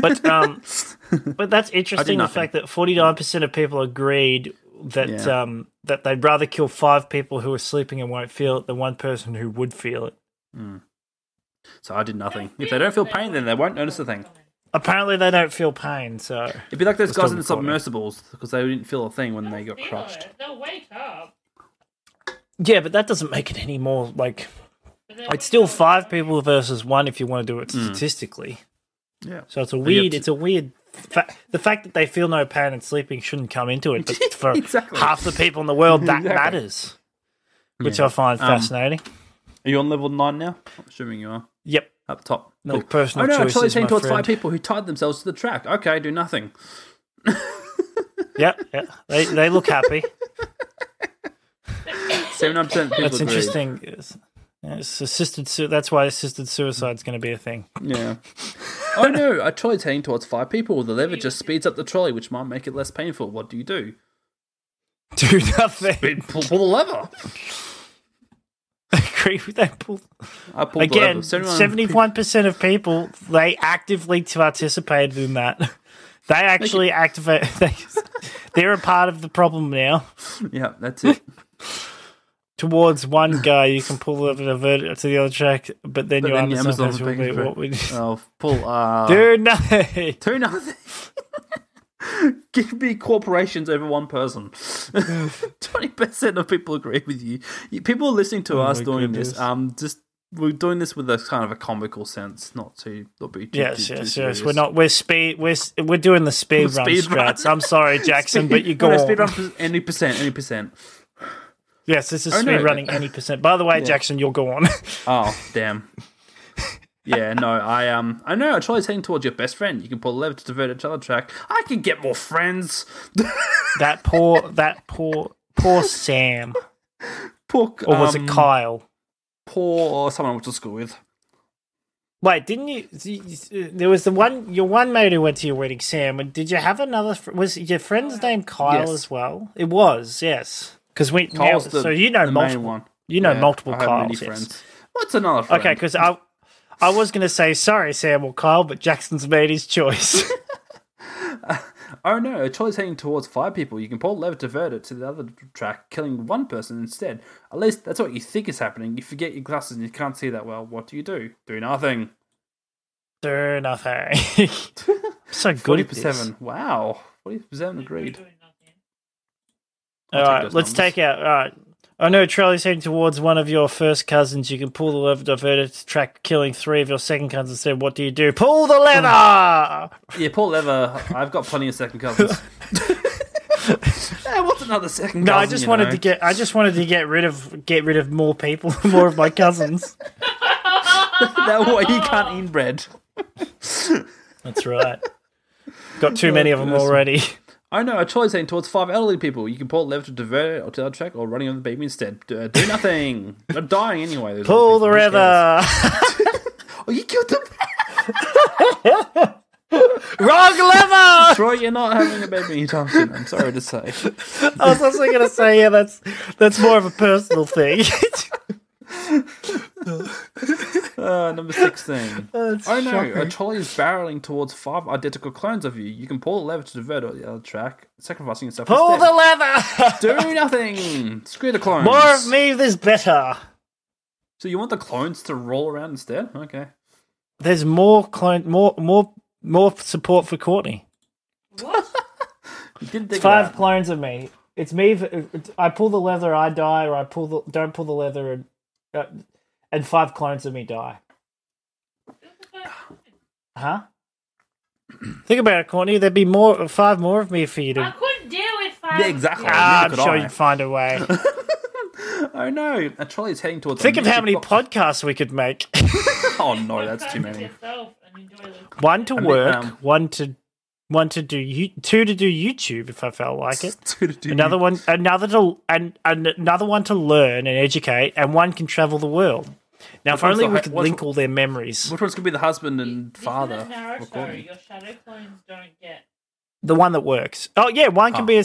Speaker 4: but um, but that's interesting. The
Speaker 3: nothing.
Speaker 4: fact that forty nine percent of people agreed that
Speaker 3: Yeah.
Speaker 4: um, that they'd rather kill five people who are sleeping and won't feel it than one person who would feel it.
Speaker 3: So I did nothing. If they don't feel pain, then they won't notice the thing.
Speaker 4: Apparently, they don't feel pain. So
Speaker 3: It'd be like those guys
Speaker 4: We're still
Speaker 3: in the
Speaker 4: recording.
Speaker 3: submersibles because they didn't feel a thing when they got
Speaker 5: Feel
Speaker 3: crushed.
Speaker 5: it. They'll wake up.
Speaker 4: yeah, but that doesn't make it any more like
Speaker 5: but they'll
Speaker 4: It's
Speaker 5: wake
Speaker 4: still
Speaker 5: up.
Speaker 4: five people versus one if you want to do it
Speaker 3: Hmm.
Speaker 4: statistically.
Speaker 3: Yeah.
Speaker 4: So it's a
Speaker 3: you have
Speaker 4: weird.
Speaker 3: to-
Speaker 4: It's a weird. Fa- the fact that they feel no pain and sleeping shouldn't come into it, but for
Speaker 3: Exactly.
Speaker 4: half the people in the world, that
Speaker 3: Exactly.
Speaker 4: matters, which I find
Speaker 3: Um,
Speaker 4: fascinating.
Speaker 3: Are you on level nine now? I'm assuming you are.
Speaker 4: Yep.
Speaker 3: Up top.
Speaker 4: No personal
Speaker 3: Oh no,
Speaker 4: choices,
Speaker 3: Charlie's team
Speaker 4: my
Speaker 3: towards
Speaker 4: friend.
Speaker 3: five people who tied themselves to the track. Okay, do nothing.
Speaker 4: Yep. yep. They they look happy.
Speaker 3: Seventy nine percent people
Speaker 4: That's
Speaker 3: agree.
Speaker 4: interesting. It's- it's assisted. Su- that's why assisted suicide's going to be a thing.
Speaker 3: Yeah. oh no, a trolley's heading towards five people. The lever just speeds up the trolley, which might make it less painful. What do you do?
Speaker 4: Do nothing.
Speaker 3: Bit- Pull, pull the lever.
Speaker 4: Agree with that. Paul?
Speaker 3: I pulled
Speaker 4: Again,
Speaker 3: the lever.
Speaker 4: seventy-one percent of people they actively participated in that. They actually activate. They, they're a part of the problem now.
Speaker 3: Yeah, that's it.
Speaker 4: Towards one guy, you can pull over the vert to the other track, but then
Speaker 3: But
Speaker 4: your
Speaker 3: then your
Speaker 4: Amazon,
Speaker 3: Amazon
Speaker 4: page will be
Speaker 3: page will-
Speaker 4: what we
Speaker 3: Oh, pull. Uh,
Speaker 4: do nothing.
Speaker 3: do nothing. Give me corporations over one person. Twenty percent of people agree with you. You- People listening to us
Speaker 4: Oh my
Speaker 3: doing
Speaker 4: goodness.
Speaker 3: this. Um, just we're doing this with a kind of a comical sense, not to not be too.
Speaker 4: Yes,
Speaker 3: too,
Speaker 4: yes,
Speaker 3: too
Speaker 4: yes.
Speaker 3: serious.
Speaker 4: We're not. We're speed. We're s- we're doing the speed run
Speaker 3: Speed run.
Speaker 4: strats. I'm sorry, Jackson, but you
Speaker 3: No,
Speaker 4: go
Speaker 3: no,
Speaker 4: on.
Speaker 3: speed run per- any percent, any percent.
Speaker 4: Yes, this is
Speaker 3: Oh,
Speaker 4: speed
Speaker 3: no.
Speaker 4: running any percent. By the way, Jackson, you'll go on.
Speaker 3: Oh, damn. yeah, no, I um, I know. Charlie's heading towards your best friend. You can pull a lever to divert a child track. I can get more friends.
Speaker 4: that poor. That poor. Poor Sam,
Speaker 3: poor,
Speaker 4: or was
Speaker 3: um,
Speaker 4: it Kyle?
Speaker 3: Poor or someone I went to school with.
Speaker 4: Wait, didn't you, you- you- uh, There was the one your one mate who went to your wedding, Sam. and Did you have another? fr- Was your friend's name Kyle
Speaker 3: Yes.
Speaker 4: as well? It was, yes. Because we now,
Speaker 3: Kyle's the-
Speaker 4: so you know
Speaker 3: the main
Speaker 4: multiple.
Speaker 3: one.
Speaker 4: You know
Speaker 3: Yeah,
Speaker 4: multiple
Speaker 3: I have many
Speaker 4: Kyles. Yes.
Speaker 3: friends. What's another friend?
Speaker 4: Okay, because I I was going to say sorry, Sam or Kyle, but Jackson's made his choice.
Speaker 3: Oh no, a trolley's heading towards five people. You can pull a lever to divert it to the other track, killing one person instead. At least that's what you think is happening. You forget your glasses and you can't see that well. What do you do? Do nothing.
Speaker 4: Fair enough, Harry. I'm so good at this.
Speaker 3: Forty-seven. Wow. Forty-seven agreed.
Speaker 4: All
Speaker 3: take
Speaker 4: right,
Speaker 3: those
Speaker 4: let's
Speaker 3: numbers.
Speaker 4: take out. All right. I know Charlie's heading towards one of your first cousins. You can pull the lever, divert it to track, killing three of your second cousins. Instead, what do you do? Pull the lever!
Speaker 3: Yeah, Paul Lever. I've got plenty of second cousins. Eh, what's another second?
Speaker 4: No, I
Speaker 3: cousin,
Speaker 4: just
Speaker 3: you
Speaker 4: wanted
Speaker 3: know?
Speaker 4: to get. I just wanted to get rid of get rid of more people, more of my cousins.
Speaker 3: that way you can't inbred.
Speaker 4: That's right. Got too many of them already.
Speaker 3: I know a choice aim towards five elderly people. You can pull left to divert it or to the other track, or running on the beam instead. D- uh, do nothing. They're dying anyway. those
Speaker 4: Pull
Speaker 3: other
Speaker 4: the
Speaker 3: people. Who cares?
Speaker 4: river.
Speaker 3: Oh, you killed them.
Speaker 4: Wrong lever.
Speaker 3: Troy, you're not having a baby anytime soon. I'm sorry to say.
Speaker 4: I was also gonna say yeah, that's that's more of a personal thing.
Speaker 3: Uh, number 16. oh no, a trolley is barreling towards five identical clones of you. You can pull the lever to divert it or the other track, sacrificing yourself.
Speaker 4: Pull the
Speaker 3: instead.
Speaker 4: lever.
Speaker 3: Do nothing. Screw the clones.
Speaker 4: More of me, this better.
Speaker 3: So you want the clones to roll around instead? Okay.
Speaker 4: There's more clone, more more more support for Courtney.
Speaker 3: You didn't think
Speaker 4: Five
Speaker 3: of that.
Speaker 4: clones of me. It's me. v- I pull the leather, I die, or I pull the don't pull the leather, and uh, and five clones of me die. Huh? Think about it, Courtney. There'd be more, five more of me for you
Speaker 5: I
Speaker 4: to.
Speaker 5: couldn't deal with five.
Speaker 3: Yeah, exactly. Neither
Speaker 4: Ah, I'm
Speaker 3: could
Speaker 4: sure
Speaker 3: I.
Speaker 4: you'd find a way.
Speaker 3: Oh no, a trolley is heading towards. a
Speaker 4: Think of how
Speaker 3: music
Speaker 4: many
Speaker 3: box.
Speaker 4: podcasts we could make.
Speaker 3: Oh no, that's too many.
Speaker 4: one to
Speaker 3: mean,
Speaker 4: work,
Speaker 3: um,
Speaker 4: one to one to do you, two to do YouTube if I felt like it.
Speaker 3: Two to do.
Speaker 4: Another one, another to and, and another one to learn and educate, and one can travel the world. Now, if
Speaker 3: one's
Speaker 4: only
Speaker 3: the
Speaker 4: we
Speaker 3: hi-
Speaker 4: could
Speaker 3: what's-
Speaker 4: link all their memories.
Speaker 3: Which one's gonna be the husband and
Speaker 5: This
Speaker 3: father?
Speaker 5: is a narrow
Speaker 3: for
Speaker 5: story
Speaker 3: Courtney?
Speaker 5: your shadow clones don't get.
Speaker 4: The one that works. Oh yeah, one can be a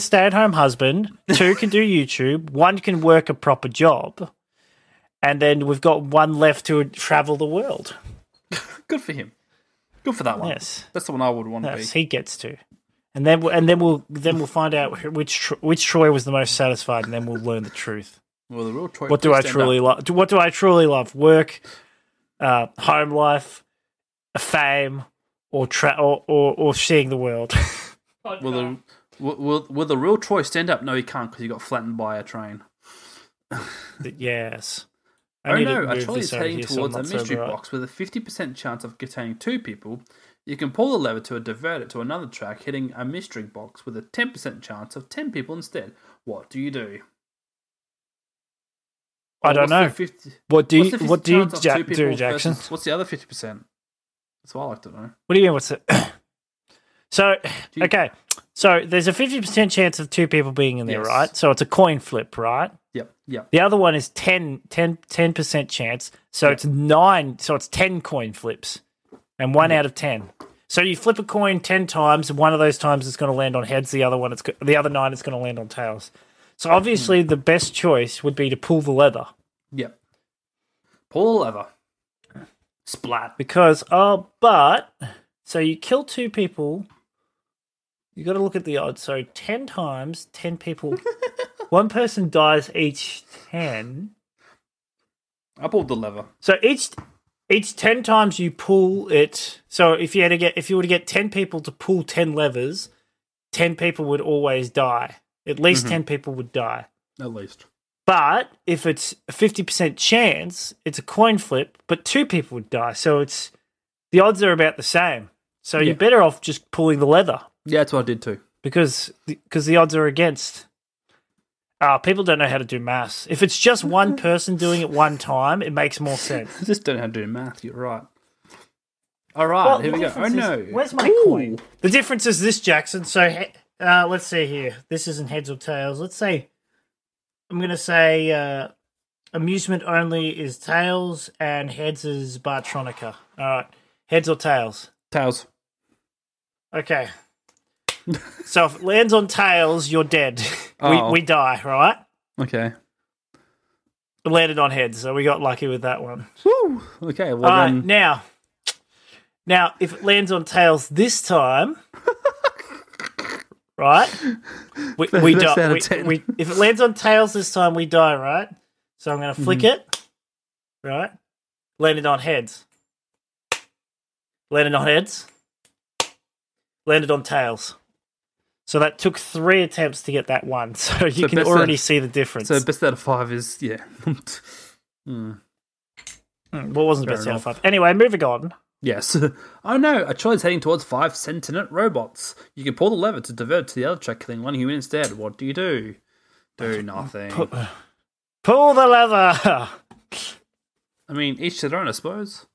Speaker 4: stay-at-home husband. Two can do YouTube. One can work a proper job, and then we've got one left to travel the world.
Speaker 3: Good for him. Good for that one.
Speaker 4: Yes.
Speaker 3: That's the one I would want to
Speaker 4: Yes,
Speaker 3: be.
Speaker 4: he gets to. And then we'll- and then we'll then we'll find out wh- which Tro- which Troy was the most satisfied, and then we'll learn the truth.
Speaker 3: Well, the real Troy.
Speaker 4: What do
Speaker 3: please
Speaker 4: I
Speaker 3: stand
Speaker 4: truly
Speaker 3: up.
Speaker 4: love? What do I truly love? Work, uh, home life, fame, or tra- or, or or seeing the world.
Speaker 5: Podcast.
Speaker 3: Will the will, will, will the real Troy stand up? No, he can't because he got flattened by a train.
Speaker 4: yes. I
Speaker 3: Oh
Speaker 4: need to
Speaker 3: no, a
Speaker 4: move
Speaker 3: trolley
Speaker 4: this
Speaker 3: is
Speaker 4: over
Speaker 3: heading
Speaker 4: here so
Speaker 3: towards
Speaker 4: I'm
Speaker 3: a
Speaker 4: not
Speaker 3: mystery
Speaker 4: sober up.
Speaker 3: box with a 50% chance of containing two people. You can pull the lever to divert it to another track, hitting a mystery box with a 10% chance of 10 people instead. What do you do?
Speaker 4: I don't
Speaker 3: What's the
Speaker 4: know.
Speaker 3: 50
Speaker 4: What do
Speaker 3: what's
Speaker 4: you
Speaker 3: the 50
Speaker 4: what do you
Speaker 3: chance of
Speaker 4: ja-
Speaker 3: two people
Speaker 4: do, Jackson?
Speaker 3: versus- what's the other 50%? That's what I like to know.
Speaker 4: What do you mean? What's it? so,
Speaker 3: you-
Speaker 4: okay. So there's a 50% chance of two people being in there,
Speaker 3: Yes.
Speaker 4: right? So it's a coin flip, right?
Speaker 3: Yep, yep.
Speaker 4: The other one is 10, 10, 10% chance. So it's nine. So it's 10 coin flips and one out of 10. So you flip a coin 10 times and one of those times it's going to land on heads. The other one, it's go- the other nine, it's going to land on tails. So obviously the best choice would be to pull the leather
Speaker 3: Yep. Pull the lever. Splat.
Speaker 4: because, oh, but so you kill two people. You got to look at the odds. So 10 times 10 people, one person dies each 10.
Speaker 3: I pulled the lever.
Speaker 4: So each each ten times you pull it. So if you had to get if you were to get ten people to pull ten levers, ten people would always die. At least ten people would die.
Speaker 3: At least.
Speaker 4: But if it's a fifty percent chance, it's a coin flip. But two people would die. So it's the odds are about the same. So
Speaker 3: Yeah.
Speaker 4: you're better off just pulling the leather
Speaker 3: Yeah, that's what I did too.
Speaker 4: because because the odds are against. Uh, people don't know how to do maths. If it's just one person doing it one time, it makes more sense.
Speaker 3: I just don't know how to do math. You're right. All right,
Speaker 4: Well,
Speaker 3: here
Speaker 4: the
Speaker 3: we go. Oh
Speaker 4: difference
Speaker 3: no,
Speaker 4: is- Where's my
Speaker 3: Ooh.
Speaker 4: coin? The difference is this, Jackson. So he- uh, let's see here. This isn't heads or tails. Let's say I'm going to say uh, amusement only is tails and heads is Bartronica. All right, heads or tails.
Speaker 3: Tails.
Speaker 4: Okay. so if it lands on tails, you're dead.
Speaker 3: Oh.
Speaker 4: We we die, right?
Speaker 3: Okay.
Speaker 4: It landed on heads, so we got lucky with that one.
Speaker 3: Woo. Okay. Well
Speaker 4: All right,
Speaker 3: then,
Speaker 4: now, now if it lands on tails this time, right? We, we
Speaker 3: Best out
Speaker 4: die.
Speaker 3: of
Speaker 4: we-
Speaker 3: 10.
Speaker 4: we- if it lands on tails this time, we die, right? So I'm going to flick
Speaker 3: Mm-hmm.
Speaker 4: it, right? Landed on heads. Landed on heads. Landed on tails. So that took three attempts to get that one. So you
Speaker 3: So
Speaker 4: can
Speaker 3: best
Speaker 4: already
Speaker 3: out-
Speaker 4: see the difference.
Speaker 3: so best out of five is yeah.
Speaker 4: what Hmm, wasn't best out of
Speaker 3: enough.
Speaker 4: five? Anyway, moving on.
Speaker 3: yes. Oh no, a trolley's heading towards five sentient robots. You can pull the lever to divert to the other track, killing one human instead. What do you do? Do nothing.
Speaker 4: Pull the lever.
Speaker 3: I mean, each to their own, I suppose.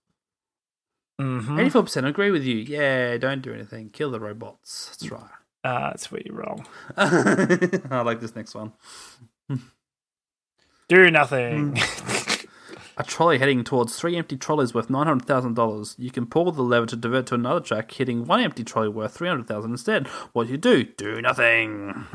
Speaker 4: Mm-hmm.
Speaker 3: 84% agree with you. Yeah, don't do anything. Kill the robots. That's right.
Speaker 4: Uh, that's where you're wrong.
Speaker 3: I like this next one.
Speaker 4: Do nothing.
Speaker 3: Mm. A trolley heading towards three empty trolleys worth $900,000. You can pull the lever to divert to another track, hitting one empty trolley worth 300000 instead. What do you do? Do nothing.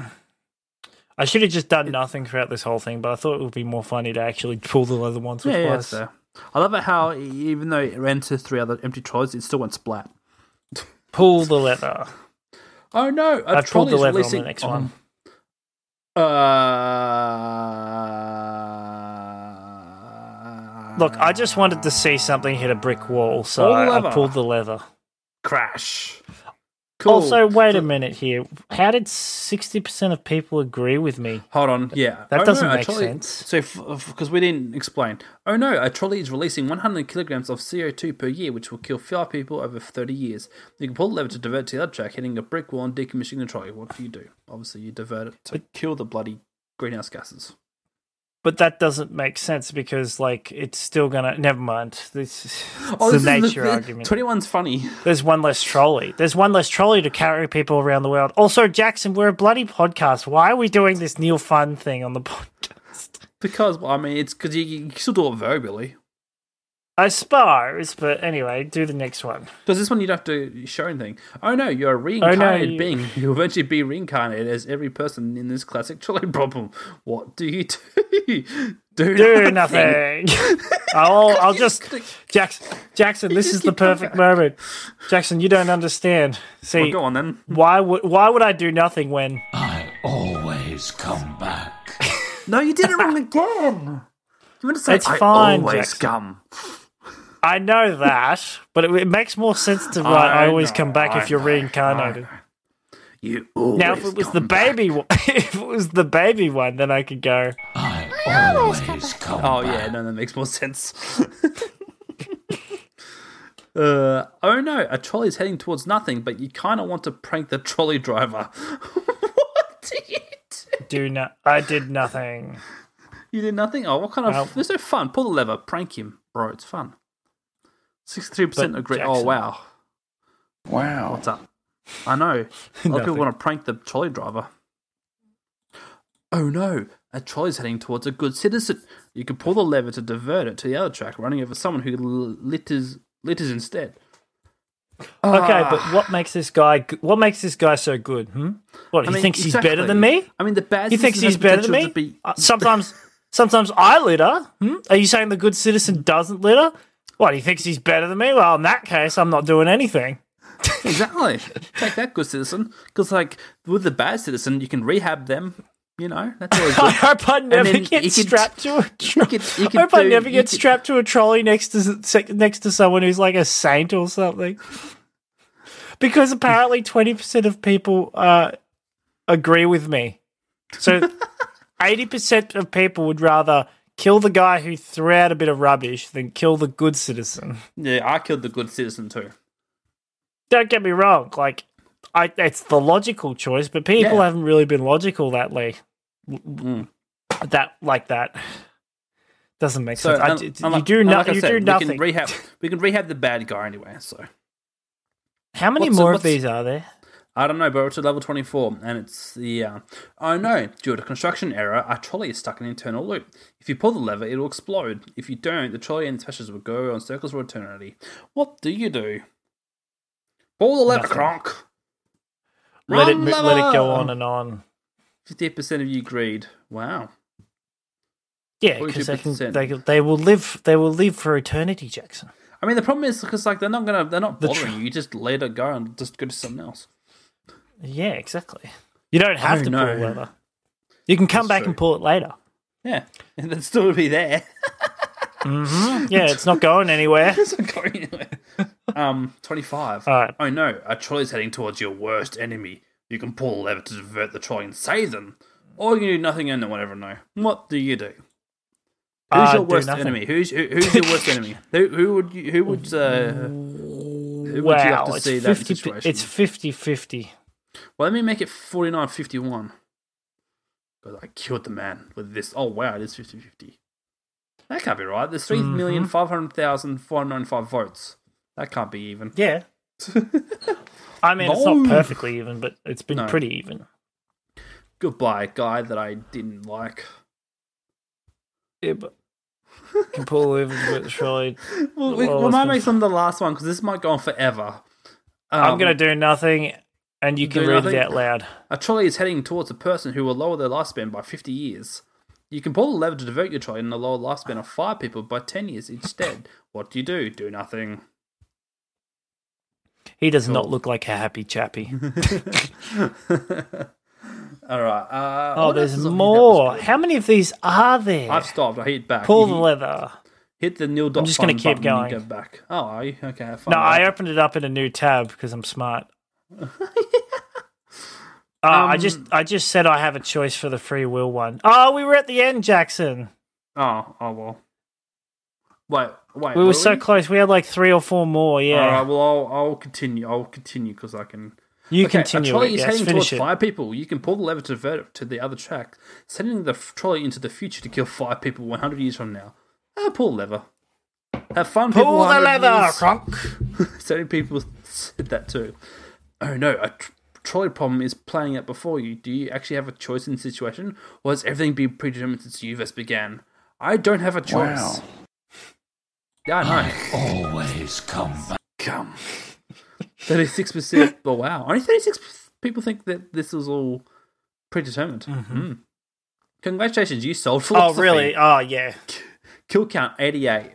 Speaker 4: I should have just done nothing throughout this whole thing, but I thought it would be more funny to actually pull the leather once or
Speaker 3: Yeah, yeah,
Speaker 4: twice.
Speaker 3: that's fair. I love it how, e, even though it ran to three other empty trolleys, it still went splat.
Speaker 4: pull the leather.
Speaker 3: Oh no! A
Speaker 4: I've pulled
Speaker 3: trolley
Speaker 4: the
Speaker 3: is
Speaker 4: lever on
Speaker 3: releasing...
Speaker 4: the next one.
Speaker 3: Uh...
Speaker 4: Look, I just wanted to see something hit a brick wall, so
Speaker 3: Pull the
Speaker 4: I,
Speaker 3: lever.
Speaker 4: I pulled the leather.
Speaker 3: crash. Cool.
Speaker 4: Also, wait a
Speaker 3: So-
Speaker 4: minute here. How did 60% of people agree with me?
Speaker 3: Hold on. Yeah, Oh,
Speaker 4: That doesn't
Speaker 3: a
Speaker 4: make
Speaker 3: trolley-
Speaker 4: sense.
Speaker 3: So, because we didn't explain. Oh no, a trolley is releasing 100 kilograms of CO2 per year, which will kill five people over 30 years. You can pull the lever to divert to the other track, hitting a brick wall and decommissioning the trolley. What do you do? Obviously, you divert it to kill the bloody greenhouse gases.
Speaker 4: But that doesn't make sense because, like, it's still gonna. Never mind. This is
Speaker 3: Oh,
Speaker 4: the
Speaker 3: this is
Speaker 4: nature
Speaker 3: the,
Speaker 4: argument.
Speaker 3: 21's funny.
Speaker 4: There's one less trolley. There's one less trolley to carry people around the world. Also, Jackson, we're a bloody podcast. Why are we doing this Neil Fun thing on the podcast?
Speaker 3: Because, well, I mean, it's because you, you can still do it verbally.
Speaker 4: I suppose, but anyway, do the next one.
Speaker 3: Because this one you don't have to show anything. Oh no, you're a reincarnated
Speaker 4: you-
Speaker 3: being. You'll eventually be reincarnated as every person in this classic trolley problem. What do you do? do,
Speaker 4: Do nothing. I'll, I'll just Jackson. Jackson, this
Speaker 3: just
Speaker 4: is the
Speaker 3: keep coming
Speaker 4: perfect
Speaker 3: back.
Speaker 4: moment. Jackson, you don't understand.
Speaker 3: Well,
Speaker 4: See,
Speaker 3: go on then.
Speaker 4: why would why would I do nothing when?
Speaker 7: I always come back.
Speaker 3: No, you did it wrong again. You want to say
Speaker 4: It's
Speaker 3: I
Speaker 4: fine,
Speaker 3: always
Speaker 4: Jackson.
Speaker 3: come.
Speaker 4: I know that, but it, it makes more sense to write. I, always
Speaker 3: know,
Speaker 4: come back
Speaker 3: I
Speaker 4: if you're
Speaker 3: know,
Speaker 4: reincarnated.
Speaker 3: I know. You always
Speaker 4: Now, if it was the
Speaker 3: come back.
Speaker 4: baby, one, if it was the baby one, then I could go.
Speaker 7: I always come
Speaker 3: Oh
Speaker 7: back.
Speaker 3: yeah, no, that makes more sense. uh, oh no, a trolley's heading towards nothing, but you kind of want to prank the trolley driver. what do you do?
Speaker 4: Do not. I did nothing.
Speaker 3: You did nothing. Oh, what kind
Speaker 4: Well-
Speaker 3: of? There's no fun. Pull the lever, prank him, bro. It's fun. Sixty-three percent
Speaker 4: But
Speaker 3: agree. Oh
Speaker 4: Jackson-
Speaker 3: wow,
Speaker 7: Wow.
Speaker 3: what's up? I know. A lot of people
Speaker 4: Nothing.
Speaker 3: want to prank the trolley driver. Oh no, a trolley's heading towards a good citizen. You can pull the lever to divert it to the other track, running over someone who l- litters litters instead. Ah.
Speaker 4: Okay, but what makes this guy? g- What makes this guy so good? Hmm? What he
Speaker 3: I mean,
Speaker 4: thinks he's better than
Speaker 3: exactly.
Speaker 4: me?
Speaker 3: I mean, the bad
Speaker 4: He thinks
Speaker 3: citizen has
Speaker 4: he's better than me.
Speaker 3: potential to be-
Speaker 4: Uh, sometimes, sometimes I litter. Hmm? Are you saying the good citizen doesn't litter? What he thinks he's better than me? Well, in that case, I'm not doing anything.
Speaker 3: exactly. Take that, good citizen. Because like with the bad citizen, you can rehab them. You know, that's always
Speaker 4: I
Speaker 3: good.
Speaker 4: hope I never
Speaker 3: then
Speaker 4: get
Speaker 3: you could-
Speaker 4: strapped to a. Tro-
Speaker 3: could- you
Speaker 4: I hope
Speaker 3: could
Speaker 4: I
Speaker 3: do-
Speaker 4: never
Speaker 3: you
Speaker 4: get
Speaker 3: could-
Speaker 4: strapped to a trolley next to s- sec- next to someone who's like a saint or something. Because apparently, twenty percent of people uh, agree with me. So, eighty percent of people would rather kill the guy who threw out a bit of rubbish than kill the good citizen.
Speaker 3: yeah, I killed the good citizen too.
Speaker 4: Don't get me wrong; like, I, it's the logical choice, but people
Speaker 3: Yeah. Mm.
Speaker 4: haven't really been logical that late. that like that doesn't make
Speaker 3: So
Speaker 4: sense. I
Speaker 3: un-
Speaker 4: d- d- you
Speaker 3: unlike-
Speaker 4: do
Speaker 3: unlike I
Speaker 4: nothing. You
Speaker 3: said,
Speaker 4: do
Speaker 3: We
Speaker 4: nothing.
Speaker 3: can rehab. We can rehab the bad guy anyway. So.
Speaker 4: How many
Speaker 3: what's the-
Speaker 4: more of
Speaker 3: what's-
Speaker 4: these are there?
Speaker 3: I don't know, but it's at level 24, and it's the. Uh, oh no, due to construction error, our trolley is stuck in an internal loop. If you pull the lever, it'll explode. If you don't, the trolley and its passengers will go on circles for eternity. What do you do? Pull the lever,
Speaker 4: Nothing.
Speaker 3: cronk!
Speaker 4: Let it
Speaker 3: Wrong
Speaker 4: mo- let it go
Speaker 3: lever!
Speaker 4: on and on.
Speaker 3: 58% of you agreed. Wow.
Speaker 4: Yeah, because they can
Speaker 3: 42%.
Speaker 4: they, can- they will live they will live for eternity, Jackson.
Speaker 3: I mean, the problem is because like they're not gonna, they're not
Speaker 4: The
Speaker 3: bothering
Speaker 4: tr-
Speaker 3: you. You just let it go and just go to something else.
Speaker 4: Yeah, exactly. You don't have
Speaker 3: Oh,
Speaker 4: to
Speaker 3: no.
Speaker 4: pull leather. You can come
Speaker 3: That's
Speaker 4: back
Speaker 3: true.
Speaker 4: and pull it later.
Speaker 3: Yeah, and it'd still be there.
Speaker 4: Yeah, it's not going anywhere.
Speaker 3: It's not going anywhere. Um, 25.
Speaker 4: All right.
Speaker 3: Oh no, a trolley's heading towards your worst enemy. You can pull the lever to divert the trolley and save them, or you can do nothing and no one ever know. What do you do? Who's
Speaker 4: Uh,
Speaker 3: your
Speaker 4: do
Speaker 3: worst
Speaker 4: nothing.
Speaker 3: enemy? Who's who, who's your worst enemy? Who who would you who would uh, who would you
Speaker 4: Wow,
Speaker 3: have to
Speaker 4: it's
Speaker 3: see that
Speaker 4: 50,
Speaker 3: situation?
Speaker 4: it's 50-50.
Speaker 3: well, let me make it forty nine fifty one. Because I killed the man with this. Oh wow, it is
Speaker 4: Mm-hmm.
Speaker 3: 50-50. That can't be right. There's three million five hundred thousand four hundred ninety five votes. That can't be even.
Speaker 4: Yeah. I mean, it's
Speaker 3: No.
Speaker 4: not perfectly even, but it's been
Speaker 3: No.
Speaker 4: pretty even.
Speaker 3: Goodbye, guy that I didn't like.
Speaker 4: Yeah, but can pull over but surely.
Speaker 3: Well, we,
Speaker 4: Well,
Speaker 3: we might
Speaker 4: let's-
Speaker 3: make some of the last one because this might go on forever.
Speaker 4: I'm
Speaker 3: Um,
Speaker 4: gonna do nothing, and you can
Speaker 3: do
Speaker 4: read it
Speaker 3: nothing?
Speaker 4: out loud.
Speaker 3: A trolley is heading towards a person who will lower their lifespan by 50 years. You can pull the lever to divert your trolley and lower the lifespan of five people by 10 years instead. What do you do? Do nothing.
Speaker 4: He does not look like a happy chappy.
Speaker 3: All right. Uh,
Speaker 4: Oh,
Speaker 3: what else
Speaker 4: there's
Speaker 3: is on here that was
Speaker 4: more.
Speaker 3: good?
Speaker 4: How many of these are there?
Speaker 3: I've stopped. I hit back.
Speaker 4: Pull
Speaker 3: You
Speaker 4: the leather.
Speaker 3: Hit the nil dot.
Speaker 4: just gonna
Speaker 3: phone
Speaker 4: keep
Speaker 3: button and
Speaker 4: going.
Speaker 3: Go back. Oh, are you? Okay. have fun
Speaker 4: No,
Speaker 3: with
Speaker 4: I
Speaker 3: that.
Speaker 4: opened it up in a new tab because I'm smart. Uh,
Speaker 3: Um,
Speaker 4: I just, I just said I have a choice for the free will one. Oh, we were at the end, Jackson.
Speaker 3: Oh, oh well. Wait, wait.
Speaker 4: We
Speaker 3: were
Speaker 4: were so close. We had like three or four more. Yeah,
Speaker 3: All right. Well, I'll, I'll continue. I'll continue because I can.
Speaker 4: you
Speaker 3: Okay, A
Speaker 4: continue.
Speaker 3: trolley
Speaker 4: It.
Speaker 3: is
Speaker 4: Yes,
Speaker 3: heading towards
Speaker 4: finish it.
Speaker 3: five people. You can pull the lever to divert it to the other track, sending the f- trolley into the future to kill five people 100 years from now. Uh, pull the lever. Have fun, people.
Speaker 4: Pull the
Speaker 3: 100
Speaker 4: leather,
Speaker 3: years.
Speaker 4: crunk.
Speaker 3: So many people said that too. Oh no, a tr- trolley problem is playing out before you. Do you actually have a choice in the situation, or has everything been predetermined since you first began? I don't have a choice.
Speaker 7: Wow.
Speaker 3: Yeah, I know. Oh,
Speaker 7: Always come back.
Speaker 3: Come. Thirty-six percent. Oh wow, only thirty-six people think that this was all predetermined. Mm. Congratulations, you sold
Speaker 4: Mm-hmm. Oh,
Speaker 3: philosophy.
Speaker 4: really? Oh, yeah.
Speaker 3: Kill count eighty-eight.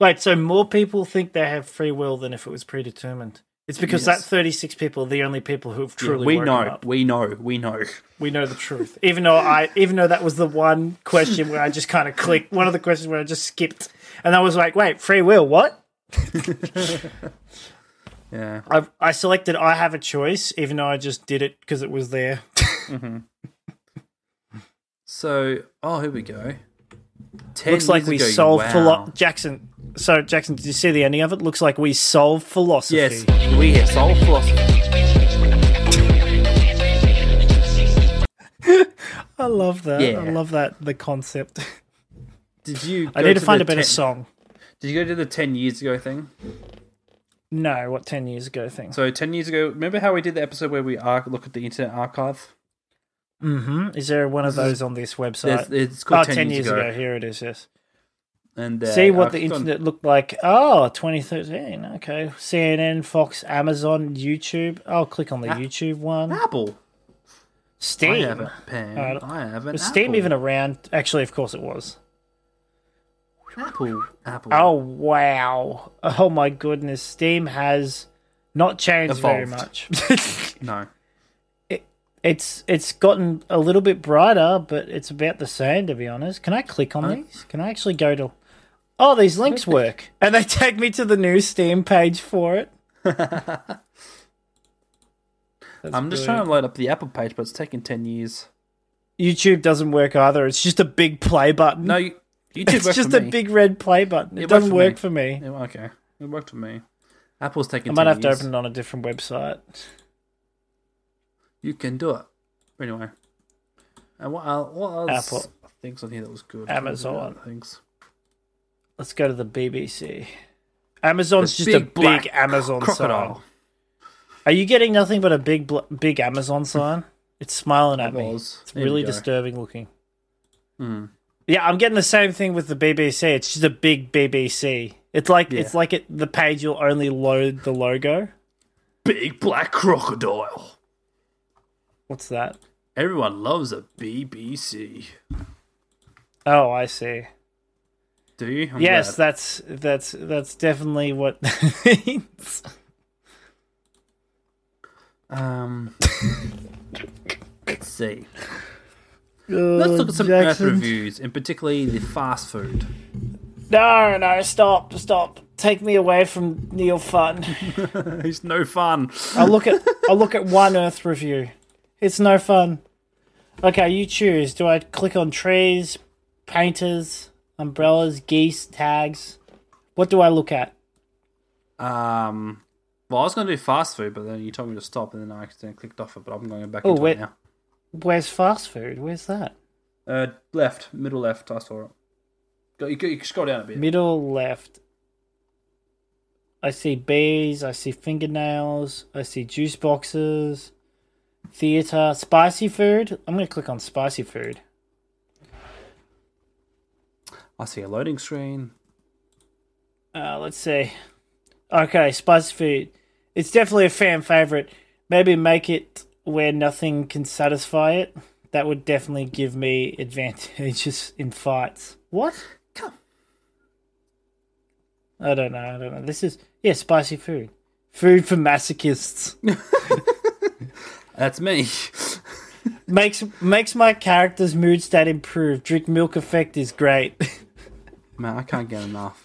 Speaker 4: Wait, so more people think they have free will than if it was predetermined. It's because
Speaker 3: Yes.
Speaker 4: that 36 people are the only people who've truly
Speaker 3: we
Speaker 4: woken
Speaker 3: know.
Speaker 4: up.
Speaker 3: We know. We know.
Speaker 4: We know the truth. Even though I even though that was the one question where I just kind of clicked, one of the questions where I just skipped. And I was like, "Wait, free will, what?"
Speaker 3: Yeah.
Speaker 4: I I selected I have a choice even though I just did it because it was there.
Speaker 3: So, oh, here we go. Ten
Speaker 4: Looks like
Speaker 3: years
Speaker 4: we
Speaker 3: ago,
Speaker 4: solved
Speaker 3: wow.
Speaker 4: philo- Jackson. So Jackson, did you see the ending of it? Looks like we solved philosophy.
Speaker 3: Yes, we have solved philosophy.
Speaker 4: I love that.
Speaker 3: Yeah.
Speaker 4: I love that the concept.
Speaker 3: Did you?
Speaker 4: I
Speaker 3: go
Speaker 4: need to
Speaker 3: the
Speaker 4: find a better
Speaker 3: 10
Speaker 4: song.
Speaker 3: Did you go to the ten years ago thing?
Speaker 4: No, what 10 years ago thing.
Speaker 3: So ten years ago, remember how we did the episode where we ar- look at the Internet Archive?
Speaker 4: Mhm. Is there one of those on this website?
Speaker 3: There's, it's
Speaker 4: Oh,
Speaker 3: called
Speaker 4: 10, years ago. Here it is, yes.
Speaker 3: and uh,
Speaker 4: See what
Speaker 3: I've
Speaker 4: the
Speaker 3: gone-
Speaker 4: internet looked like. Oh, 2013. Okay. CNN, Fox, Amazon, YouTube. I'll click on the YouTube one.
Speaker 3: Apple. Ah. I
Speaker 4: Steam.
Speaker 3: have a pen.
Speaker 4: Alright.
Speaker 3: I have an
Speaker 4: Was Steam
Speaker 3: apple.
Speaker 4: even around? Actually, of course it was.
Speaker 3: apple? Apple.
Speaker 4: Oh, wow. Oh, my goodness. Steam has not changed very
Speaker 3: Evolved.
Speaker 4: much.
Speaker 3: no.
Speaker 4: it's it's gotten a little bit brighter, but it's about the same, to be honest. Can I click on these? Can I actually go to. Oh, these links work. And they take me to the new Steam page for it. That's
Speaker 3: I'm just
Speaker 4: brilliant.
Speaker 3: trying to load up the Apple page, but it's taking ten years.
Speaker 4: YouTube doesn't work either. It's just a big play button.
Speaker 3: No, you, YouTube
Speaker 4: it's
Speaker 3: worked
Speaker 4: just
Speaker 3: for
Speaker 4: a
Speaker 3: me.
Speaker 4: big red play button.
Speaker 3: It
Speaker 4: It,
Speaker 3: worked
Speaker 4: doesn't
Speaker 3: for
Speaker 4: work
Speaker 3: me.
Speaker 4: for me.
Speaker 3: Yeah, well, okay, it worked for me. Apple's taking.
Speaker 4: I might
Speaker 3: 10
Speaker 4: have to
Speaker 3: years.
Speaker 4: open it on a different website.
Speaker 3: You can do it. Anyway, and what else? What else
Speaker 4: Apple.
Speaker 3: things on here that was good?
Speaker 4: Amazon.
Speaker 3: things.
Speaker 4: Let's go to the BBC. Amazon's just a
Speaker 3: black
Speaker 4: big Amazon
Speaker 3: crocodile.
Speaker 4: sign. Are you getting nothing but a big, bl- big Amazon sign? It's smiling at me.
Speaker 3: was.
Speaker 4: It's
Speaker 3: There we
Speaker 4: really
Speaker 3: go. Hmm.
Speaker 4: disturbing looking. Yeah, I'm getting the same thing with the BBC. It's just a big BBC. It's like it's
Speaker 3: Yeah.
Speaker 4: like it, the page will only load the logo.
Speaker 3: Big black crocodile.
Speaker 4: What's that?
Speaker 3: Everyone loves a BBC.
Speaker 4: Oh, I see.
Speaker 3: Do you? I'm
Speaker 4: yes,
Speaker 3: glad.
Speaker 4: that's that's that's definitely what that means.
Speaker 3: Um, let's see. Let's look at some Earth reviews, and particularly the fast food.
Speaker 4: No, no, stop, stop. Take me away from Neil Fun.
Speaker 3: It's no fun.
Speaker 4: I'll look at I'll look at one Earth review. It's no fun. Okay, you choose. Do I click on trees, painters, umbrellas, geese, tags? What do I look at?
Speaker 3: Um, well, I was going to do fast food, but then you told me to stop, and then I accidentally clicked off it. But I'm going back
Speaker 4: Oh,
Speaker 3: into
Speaker 4: wait.
Speaker 3: it now.
Speaker 4: Where's fast food? Where's that?
Speaker 3: Uh, left, middle left. I saw it. Go, you, go- you scroll down a bit.
Speaker 4: Middle left. I see bees. I see fingernails. I see juice boxes. Theater. Spicy food. I'm going to click on spicy food.
Speaker 3: I see a loading screen.
Speaker 4: Uh, let's see. Okay, spicy food. It's definitely a fan favorite. Maybe make it where nothing can satisfy it. That would definitely give me advantages in fights. What?
Speaker 3: Come.
Speaker 4: I don't know. I don't know. This is yeah, spicy food. Food for masochists.
Speaker 3: That's me.
Speaker 4: makes makes my character's mood stat improve. Drink milk effect is great.
Speaker 3: Man, I can't get enough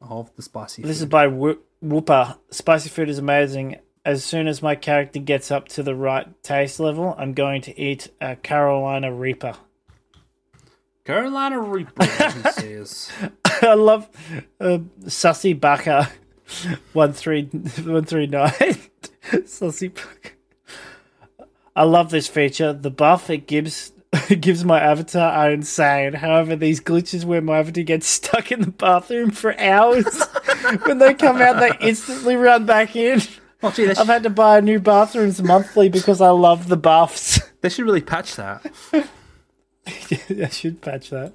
Speaker 3: of the spicy.
Speaker 4: This is
Speaker 3: food.
Speaker 4: by Who- Whooper. Spicy food is amazing. As soon as my character gets up to the right taste level, I'm going to eat a Carolina Reaper.
Speaker 3: Carolina Reaper. he says.
Speaker 4: I love uh, Sussy Bucker one three one three nine Sussy Bucker. I love this feature. The buff it gives it gives my avatar are insane. However, these glitches where my avatar gets stuck in the bathroom for hours when they come out, they instantly run back in.
Speaker 3: Oh, gee, they,
Speaker 4: I've
Speaker 3: should,
Speaker 4: had to buy new bathrooms monthly because I love the buffs.
Speaker 3: they should really patch that.
Speaker 4: I should patch that.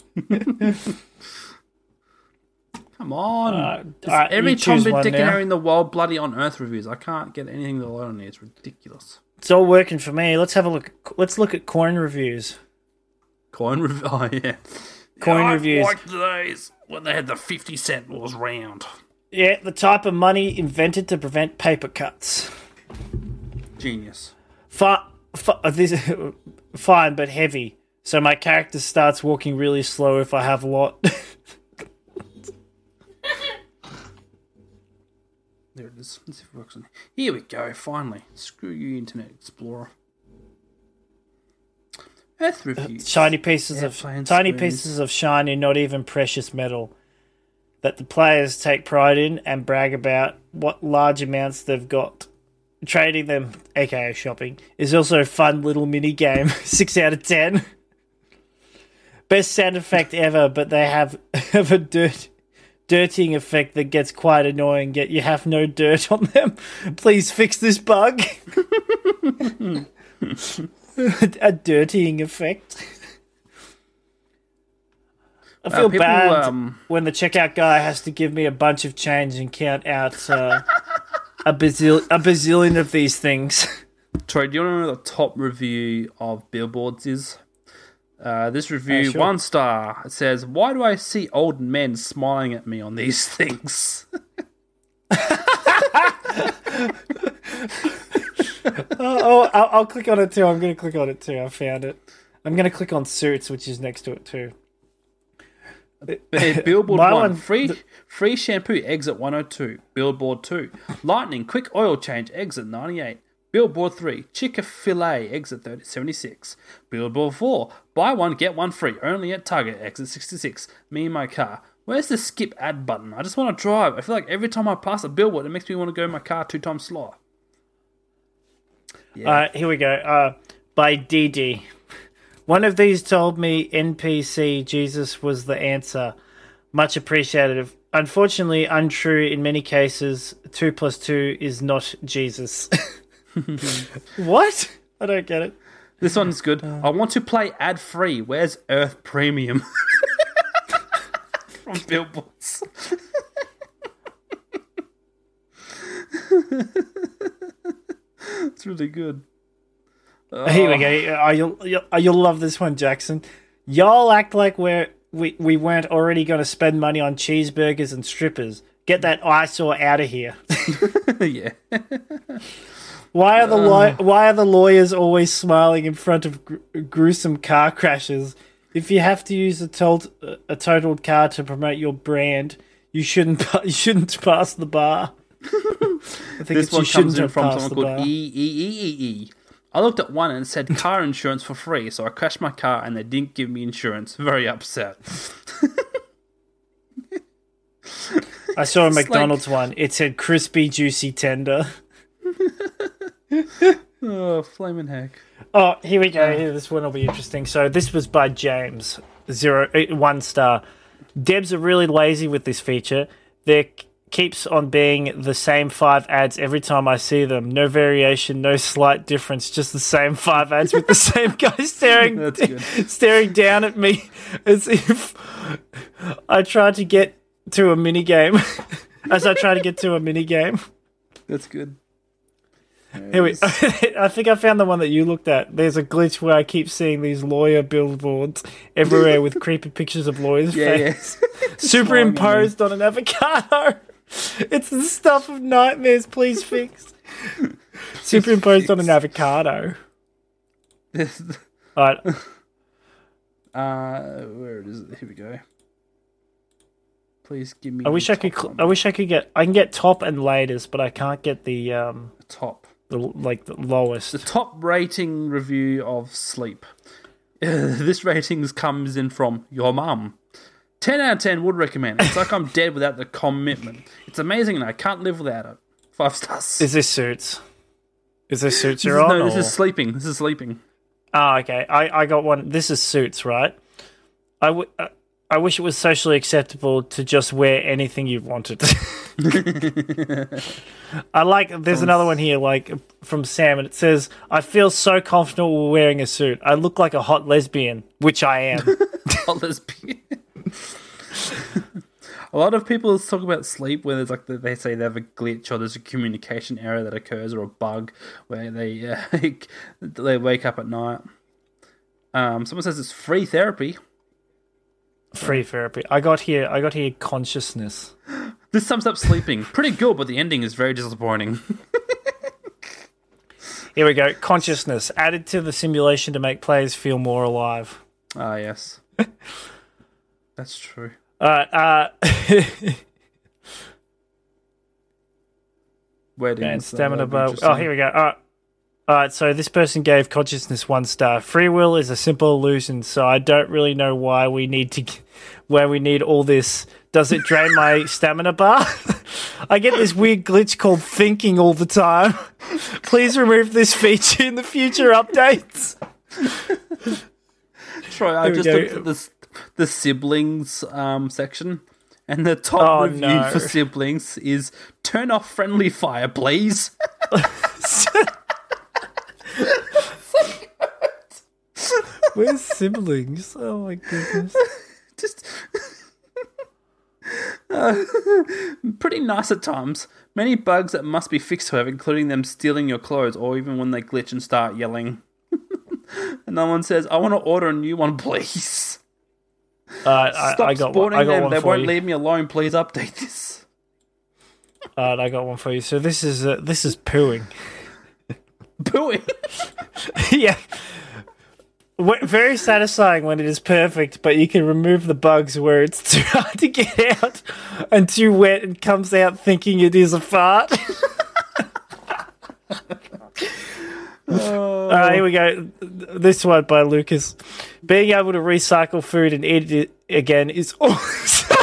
Speaker 3: Come on. It's
Speaker 4: Alright, you
Speaker 3: Uh, every Tom
Speaker 4: choose
Speaker 3: Dick
Speaker 4: one
Speaker 3: and
Speaker 4: now.
Speaker 3: Harry in the world bloody on Earth reviews. I can't get anything to load on here. It's ridiculous.
Speaker 4: It's all working for me. Let's have a look. Let's look at coin reviews.
Speaker 3: Coin review. Oh yeah.
Speaker 4: Coin
Speaker 3: I
Speaker 4: reviews.
Speaker 3: liked those when they had the fifty cent was round.
Speaker 4: Yeah, the type of money invented to prevent paper cuts.
Speaker 3: Genius.
Speaker 4: Fi fi- uh, this, fine, but heavy. So my character starts walking really slow if I have a lot.
Speaker 3: There it is. Let's see if it works. On. Here we go. Finally. Screw you, Internet Explorer.
Speaker 4: Uh,
Speaker 3: Earth review.
Speaker 4: tiny pieces of
Speaker 3: Airplane
Speaker 4: tiny
Speaker 3: screens.
Speaker 4: pieces of shiny, not even precious metal that the players take pride in and brag about. What large amounts they've got. Trading them, aka shopping, is also a fun little mini game. Six out of ten. Best sound effect ever, but they have have a dirt dirtying effect that gets quite annoying. Yet you have no dirt on them. Please fix this bug. a dirtying effect. I feel
Speaker 3: Uh, people,
Speaker 4: bad
Speaker 3: um,
Speaker 4: when the checkout guy has to give me a bunch of change and count out uh, a, bazil- a bazillion of these things.
Speaker 3: Troy, do you want to know what the top review of billboards is? Uh, this review,
Speaker 4: Uh, sure.
Speaker 3: one star. It says, "Why do I see old men smiling at me on these things?"
Speaker 4: oh, I'll, I'll click on it too. I'm going to click on it too. I found it. I'm going to click on suits, which is next to it too.
Speaker 3: Uh, Billboard
Speaker 4: My
Speaker 3: one,
Speaker 4: one-
Speaker 3: free free shampoo exit 102. Billboard two, lightning quick oil change exit 98. Billboard three, Chick Fil A exit 30, 76. Billboard four, buy one get one free only at Target exit 66. Me and my car. Where's the skip ad button? I just want to drive. I feel like every time I pass a billboard, it makes me want to go in my car two times slower.
Speaker 4: All right, here we go. Uh, by DD. One of these told me NPC Jesus was the answer. Much appreciated. Unfortunately, untrue in many cases. Two plus two is not Jesus. what? I don't get it.
Speaker 3: This one's good.
Speaker 4: Uh.
Speaker 3: I want to play ad free. Where's Earth Premium? From billboards. it's really good.
Speaker 4: Here we go. Oh, you'll, you'll, oh, you'll love this one, Jackson. Y'all act like we're, we, we weren't already going to spend money on cheeseburgers and strippers. Get that eyesore out of here.
Speaker 3: yeah.
Speaker 4: Why are the
Speaker 3: Uh.
Speaker 4: law- why are the lawyers always smiling in front of gr- gruesome car crashes? If you have to use a told a totaled car to promote your brand, you shouldn't pa- you shouldn't pass the bar. I think
Speaker 3: This
Speaker 4: it's you
Speaker 3: one comes
Speaker 4: shouldn't
Speaker 3: in
Speaker 4: have
Speaker 3: from
Speaker 4: passed
Speaker 3: someone
Speaker 4: the
Speaker 3: called
Speaker 4: bar.
Speaker 3: E E E E E. I looked at one and it said car insurance for free, so I crashed my car and they didn't give me insurance. Very upset.
Speaker 4: I saw a
Speaker 3: like-
Speaker 4: McDonald's one. It said crispy, juicy, tender.
Speaker 3: Oh, flaming heck.
Speaker 4: Oh, here we go. Here, this one will be interesting. So this was by James, zero eh, one star. Debs are really lazy with this feature. Their keeps on being the same five ads every time I see them. No variation, no slight difference, just the same five ads with the same guy staring
Speaker 3: That's good.
Speaker 4: staring down at me as if I tried to get to a mini game. as I try to get to a mini game.
Speaker 3: That's good.
Speaker 4: Here we I think I found the one that you looked at. There's a glitch where I keep seeing these lawyer billboards everywhere with creepy pictures of lawyers
Speaker 3: Yeah,
Speaker 4: fa-
Speaker 3: yeah.
Speaker 4: superimposed on an avocado. It's the stuff of nightmares, please fix. superimposed on an avocado. All right.
Speaker 3: uh, where is it? Here we go. Please give me.
Speaker 4: I wish I
Speaker 3: the
Speaker 4: could.
Speaker 3: top
Speaker 4: Cl-
Speaker 3: one.
Speaker 4: I wish I could get. I can get top and latest, but I can't get the um
Speaker 3: top.
Speaker 4: the like the
Speaker 3: The
Speaker 4: lowest.
Speaker 3: top rating review of Sleep. this ratings comes in from your mum. 10 out of 10 would recommend. It's like I'm dead without the commitment. It's amazing and I can't live without it. Five stars.
Speaker 4: Is this suits? Is this suits
Speaker 3: This
Speaker 4: you're
Speaker 3: is-
Speaker 4: on?
Speaker 3: no, this
Speaker 4: or-
Speaker 3: is sleeping. This is sleeping.
Speaker 4: Ah, okay. I, I got one. This is suits, right? I, w- I- I wish it was socially acceptable to just wear anything you wanted. I like. There's another one here, like from Sam, and it says, "I feel so comfortable wearing a suit. I look like a hot lesbian, which I am."
Speaker 3: Hot lesbian. a lot of people talk about sleep where there's like they say they have a glitch or there's a communication error that occurs or a bug where they uh, they wake up at night. Um, someone says it's free therapy.
Speaker 4: Free therapy. I got here. I got here. Consciousness.
Speaker 3: This sums up sleeping. Pretty good, but the ending is very disappointing.
Speaker 4: Here we go. Consciousness added to the simulation to make players feel more alive.
Speaker 3: Ah, yes. That's true.
Speaker 4: All right. Uh,
Speaker 3: Weddings.
Speaker 4: and
Speaker 3: so
Speaker 4: stamina
Speaker 3: that'd be
Speaker 4: bar. Oh,
Speaker 3: interesting.
Speaker 4: here we go. All right. All right, so this person gave consciousness one star. Free will is a simple illusion, so I don't really know why we need to, why we need all this. Does it drain my stamina bar? I get this weird glitch called thinking all the time. Please remove this feature in the future updates.
Speaker 3: Troy, I
Speaker 4: we
Speaker 3: just
Speaker 4: go.
Speaker 3: looked at the, the siblings um, section, and the top
Speaker 4: Oh,
Speaker 3: review
Speaker 4: no.
Speaker 3: for siblings is turn off friendly fire, please.
Speaker 4: We're siblings. Oh my goodness.
Speaker 3: just. Uh, pretty nice at times. Many bugs that must be fixed, however, including them stealing your clothes or even when they glitch and start yelling. Another one says, I want to order a new one, please.
Speaker 4: All right, I,
Speaker 3: Stop
Speaker 4: I got one.
Speaker 3: supporting
Speaker 4: I got
Speaker 3: them.
Speaker 4: one
Speaker 3: they
Speaker 4: for
Speaker 3: won't
Speaker 4: you.
Speaker 3: leave me alone. Please update this.
Speaker 4: All right, I got one for you. So this is uh, this is pooing.
Speaker 3: Pooey.
Speaker 4: yeah. Wh- Very satisfying when it is perfect, but you can remove the bugs where it's too hard to get out and too wet and comes out thinking it is a fart. Uh, here we go. This one by Lucas. Being able to recycle food and eat it again is awesome.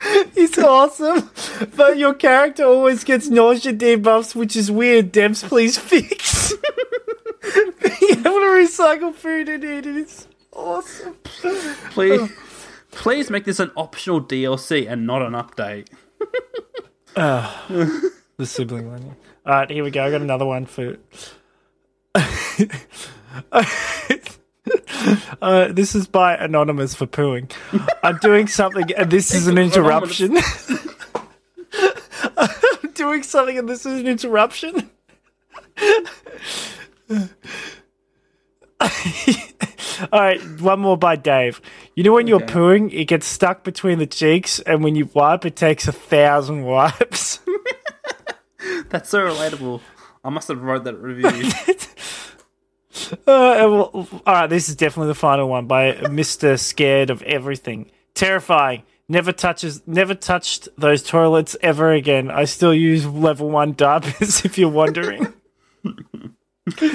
Speaker 4: it's awesome, but your character always gets nausea debuffs, which is weird. Dems, please fix. Being able to recycle food and eat it is awesome.
Speaker 3: Please, please make this an optional DLC and not an update.
Speaker 4: The sibling one. All right, here we go. I got another one for. uh, this is by anonymous for pooing. I'm doing something, and this is an interruption. I'm doing something, and this is an interruption. All right, one more by Dave. You know when you're
Speaker 3: Okay.
Speaker 4: pooing, it gets stuck between the cheeks, and when you wipe, it takes a thousand wipes.
Speaker 3: That's so relatable. I must have wrote that review.
Speaker 4: Uh, and we'll- all right, this is definitely the final one by Mr. Scared of Everything. Terrifying. Never touches. Never touched those toilets ever again. I still use level one darkness. If you're wondering,
Speaker 3: this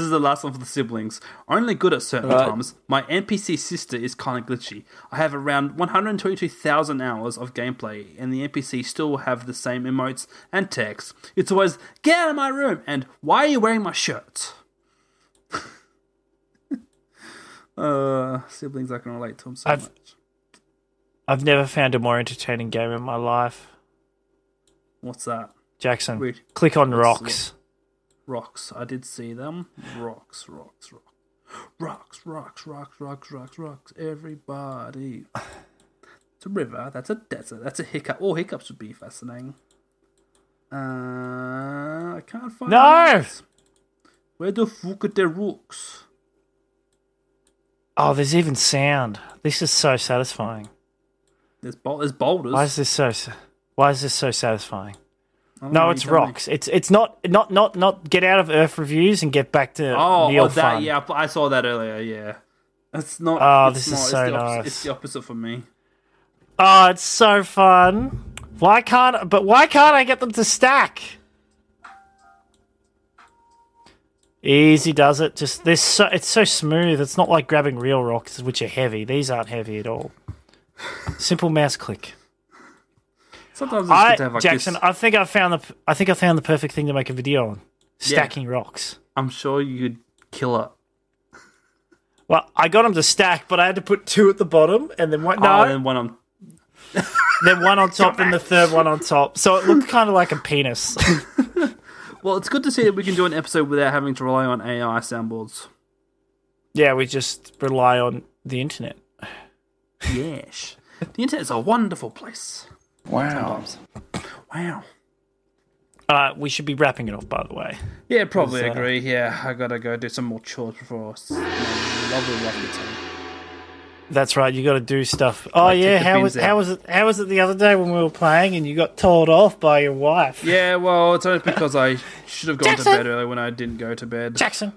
Speaker 3: is the last one for the siblings. Only good at certain times. My NPC sister is kind of glitchy. I have around 122,000 hours of gameplay, and the NPC still have the same emotes and text. It's always "Get out of my room" and "Why are you wearing my shirt?" uh, siblings, I can relate to them so
Speaker 4: I've-
Speaker 3: much.
Speaker 4: I've never found a more entertaining game in my life.
Speaker 3: What's that?
Speaker 4: Jackson,
Speaker 3: Wait.
Speaker 4: click on
Speaker 3: Let's
Speaker 4: rocks.
Speaker 3: Rocks. I did see them. Rocks, rocks, rocks. Rocks, rocks, rocks, rocks, rocks, rocks. Everybody. It's a river. That's a desert. That's a hiccup. All hiccups would be fascinating. Uh, I can't find
Speaker 4: No!
Speaker 3: it. Where the fuck are the rocks?
Speaker 4: Oh, there's even sound. This is so satisfying.
Speaker 3: There's, bou- there's boulders.
Speaker 4: Why is this so? sa- Why is this so satisfying?
Speaker 3: I don't know
Speaker 4: No,
Speaker 3: what
Speaker 4: it's
Speaker 3: you're telling me.
Speaker 4: rocks. It's it's not not not not get out of Earth reviews and get back to
Speaker 3: Oh,
Speaker 4: real
Speaker 3: oh, that
Speaker 4: fun.
Speaker 3: yeah, I I saw that earlier. Yeah, it's not.
Speaker 4: Oh,
Speaker 3: it's
Speaker 4: this is
Speaker 3: not,
Speaker 4: so
Speaker 3: it's the opposite-
Speaker 4: nice.
Speaker 3: It's the opposite for me.
Speaker 4: Oh, it's so fun. Why can't? But why can't I get them to stack? Easy does it. Just this. So, it's so smooth. It's not like grabbing real rocks, which are heavy. These aren't heavy at all. Simple mouse click.
Speaker 3: Sometimes it's
Speaker 4: I
Speaker 3: good to have like
Speaker 4: Jackson,
Speaker 3: This,
Speaker 4: I think I found the. I think I found the perfect thing to make a video on. Stacking rocks.
Speaker 3: I'm sure you'd kill it.
Speaker 4: Well, I got them to stack, but I had to put two at the bottom and then one. No,
Speaker 3: Oh, and when I'm
Speaker 4: then one on top and the third one on top. So it looked kind of like a penis.
Speaker 3: well, it's good to see that we can do an episode without having to rely on AI soundboards.
Speaker 4: Yeah, we just rely on the internet.
Speaker 3: Yes, the internet's a wonderful place.
Speaker 7: Wow.
Speaker 3: Wow.
Speaker 4: Uh, we should be wrapping it off, by the way.
Speaker 3: Yeah, probably agree. Yeah, I gotta go do some more chores before. I s- Lovely, lovely time.
Speaker 4: That's right. You got to do stuff. Oh
Speaker 3: take
Speaker 4: yeah,
Speaker 3: the
Speaker 4: how
Speaker 3: bins
Speaker 4: was
Speaker 3: out.
Speaker 4: how was it? How was it the other day when we were playing and you got told off by your wife?
Speaker 3: Yeah, well, it's only because I should have gone
Speaker 4: Jackson!
Speaker 3: to bed earlier when I didn't go to bed.
Speaker 4: Jackson,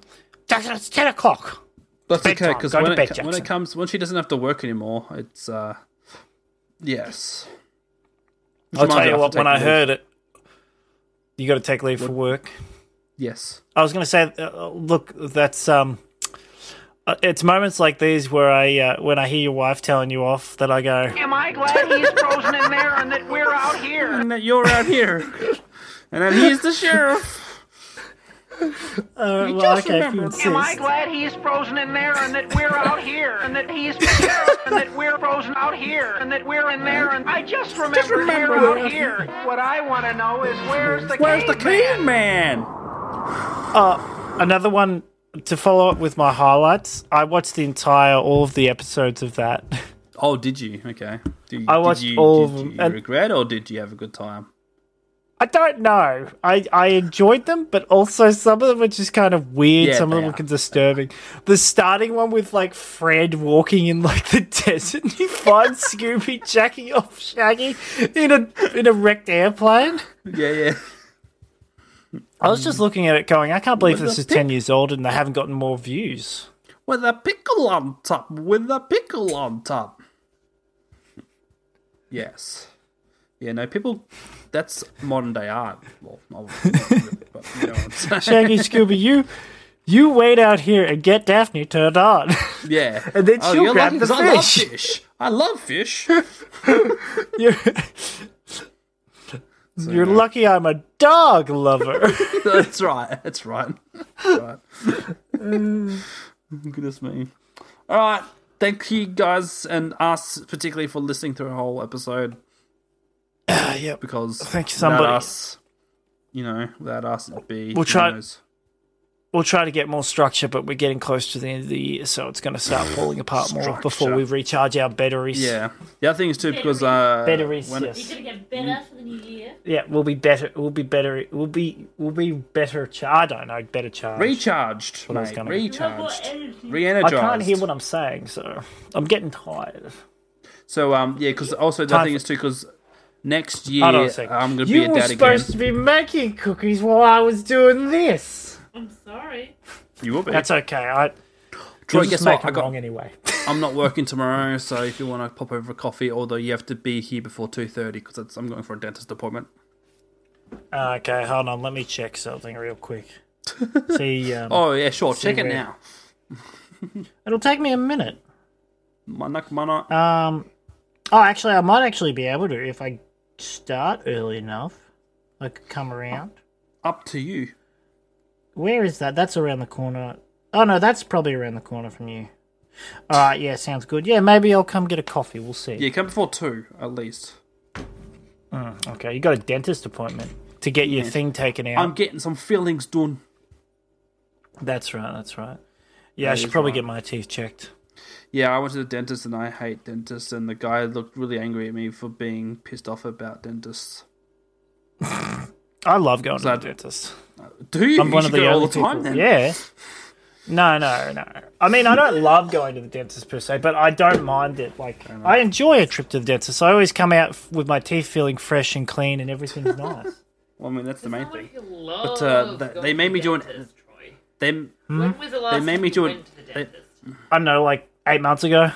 Speaker 4: Jackson, it's ten o'clock.
Speaker 3: That's okay
Speaker 4: Bedtime.
Speaker 3: because
Speaker 4: Go to
Speaker 3: when,
Speaker 4: bed,
Speaker 3: it when
Speaker 4: Jackson.
Speaker 3: it comes when she doesn't have to work anymore, it's uh yes.
Speaker 4: I'll
Speaker 3: Reminds
Speaker 4: tell
Speaker 3: her
Speaker 4: you
Speaker 3: have
Speaker 4: what.
Speaker 3: to
Speaker 4: When
Speaker 3: take
Speaker 4: I
Speaker 3: leave.
Speaker 4: heard it, you got to take leave for work.
Speaker 3: yes,
Speaker 4: I was going to say, uh, look, that's um, uh, it's moments like these where I uh, when I hear your wife telling you off that I go,
Speaker 6: Am I glad he's frozen in there and that we're out here?
Speaker 3: and that you're out here, and then he's the sheriff.
Speaker 4: "All right, "Oh, well, okay, if you
Speaker 6: Am I
Speaker 4: insist."
Speaker 6: glad he's frozen in there and that we're out here and that he's and that we're frozen out here and that we're in there and I just remembered
Speaker 3: remember
Speaker 6: we're
Speaker 3: we're
Speaker 6: out here. What I want to know is where's the
Speaker 3: Where's the
Speaker 6: caveman?
Speaker 3: can man?
Speaker 4: Another one to follow up with my highlights. I watched the entire all of the episodes of that.
Speaker 3: Oh, did you? Okay. Do you,
Speaker 4: I watched
Speaker 3: did you,
Speaker 4: all of
Speaker 3: Did
Speaker 4: them,
Speaker 3: you
Speaker 4: and-
Speaker 3: regret or did you have a good time?
Speaker 4: I don't know. I, I enjoyed them, but also some of them were just kind of weird.
Speaker 3: Yeah,
Speaker 4: some of
Speaker 3: they
Speaker 4: them
Speaker 3: are.
Speaker 4: were disturbing. The starting one with like Fred walking in like the desert, and you find Scooby jacking off Shaggy in a in a wrecked airplane.
Speaker 3: Yeah, yeah.
Speaker 4: I was
Speaker 3: Mm.
Speaker 4: just looking at it, going, I can't believe
Speaker 3: With
Speaker 4: this
Speaker 3: a
Speaker 4: is ten years old and they haven't gotten more views.
Speaker 3: With a pickle on top. With a pickle on top. Yes. Yeah. No, people. That's modern day art. Well, not really, but you know what I'm saying.
Speaker 4: Shaggy Scooby, you you wait out here and get Daphne turned on.
Speaker 3: Yeah. Oh,
Speaker 4: And then she'll
Speaker 3: you're
Speaker 4: grab
Speaker 3: lucky
Speaker 4: the
Speaker 3: 'cause I love
Speaker 4: fish.
Speaker 3: fish. I love fish.
Speaker 4: You're, you're lucky I'm a dog lover.
Speaker 3: That's right. That's right. That's right. Goodness me. All right. Thank you guys and us particularly for listening to our whole episode Uh,
Speaker 4: yep.
Speaker 3: because
Speaker 4: Thank you,
Speaker 3: without
Speaker 4: somebody.
Speaker 3: us, you know, without us, it'd be who
Speaker 4: We'll try-
Speaker 3: knows.
Speaker 4: We'll try to get more structure, but we're getting close to the end of the year, so it's going to start falling apart more before
Speaker 3: Structure.
Speaker 4: we recharge our batteries.
Speaker 3: Yeah. The other thing is too because uh,
Speaker 4: Batteries,
Speaker 3: when-
Speaker 4: yes.
Speaker 5: You're gonna get better for the new year.
Speaker 4: Yeah, we'll be better. We'll be better. We'll be we'll be better. Char- I don't know. Better charged.
Speaker 3: recharged,
Speaker 4: I was
Speaker 3: mate.
Speaker 4: gonna-
Speaker 5: You'll have more
Speaker 3: Recharged.
Speaker 5: energy.
Speaker 4: I
Speaker 3: Re-energized.
Speaker 4: can't hear what I'm saying, so I'm getting tired.
Speaker 3: So um yeah, because also the
Speaker 4: Time
Speaker 3: other thing
Speaker 4: for-
Speaker 3: is too because next year
Speaker 4: Hold on a second.
Speaker 3: I'm gonna
Speaker 4: you
Speaker 3: be a
Speaker 4: were
Speaker 3: dad again.
Speaker 4: supposed to be making cookies while I was doing this.
Speaker 5: I'm sorry.
Speaker 3: You will be.
Speaker 4: That's okay. I
Speaker 3: Troy,
Speaker 4: just
Speaker 3: guess
Speaker 4: make
Speaker 3: what?
Speaker 4: them
Speaker 3: I got
Speaker 4: wrong anyway.
Speaker 3: I'm not working tomorrow, so if you want to pop over for coffee, although you have to be here before two thirty because I'm going for a dentist appointment.
Speaker 4: Ah, okay, hold on. Let me check something real quick. See, um,
Speaker 3: Oh yeah, sure. Check it
Speaker 4: where-
Speaker 3: now.
Speaker 4: it'll take me a minute.
Speaker 3: Mana mana.
Speaker 4: Um, oh, actually, I might actually be able to if I start early enough. I could come around.
Speaker 3: Up to you.
Speaker 4: Where is that? That's around the corner. Oh no, that's probably around the corner from you. All right, yeah, sounds good. Yeah, maybe I'll come get a coffee. We'll see.
Speaker 3: Yeah, come before two at least.
Speaker 4: Mm, Okay, you got a dentist appointment to get your thing taken out.
Speaker 3: I'm getting some fillings done.
Speaker 4: That's right. That's right. Yeah, I should
Speaker 3: is
Speaker 4: probably
Speaker 3: right.
Speaker 4: get my teeth checked.
Speaker 3: Yeah, I went to the dentist and I hate dentists, and the guy looked really angry at me for being pissed off about dentists.
Speaker 4: I love going to
Speaker 3: So-
Speaker 4: the dentist.
Speaker 3: Uh, Do you?
Speaker 4: I'm one
Speaker 3: You
Speaker 4: of
Speaker 3: should
Speaker 4: the
Speaker 3: go all
Speaker 4: only
Speaker 3: the time
Speaker 4: people.
Speaker 3: then?
Speaker 4: Yeah. No, no, no. I mean, I don't love going to the dentist per se, but I don't mind it. Like, I enjoy a trip to the dentist. I always come out f- with my teeth feeling fresh and clean, and everything's nice.
Speaker 3: Well, I mean that's the main thing.
Speaker 5: But
Speaker 3: uh, they- they made me do an- They
Speaker 5: When was the last
Speaker 3: made
Speaker 5: time
Speaker 3: me
Speaker 5: you
Speaker 3: do an-
Speaker 5: went to the
Speaker 3: they-
Speaker 5: dentist?
Speaker 4: I don't know, like eight months ago.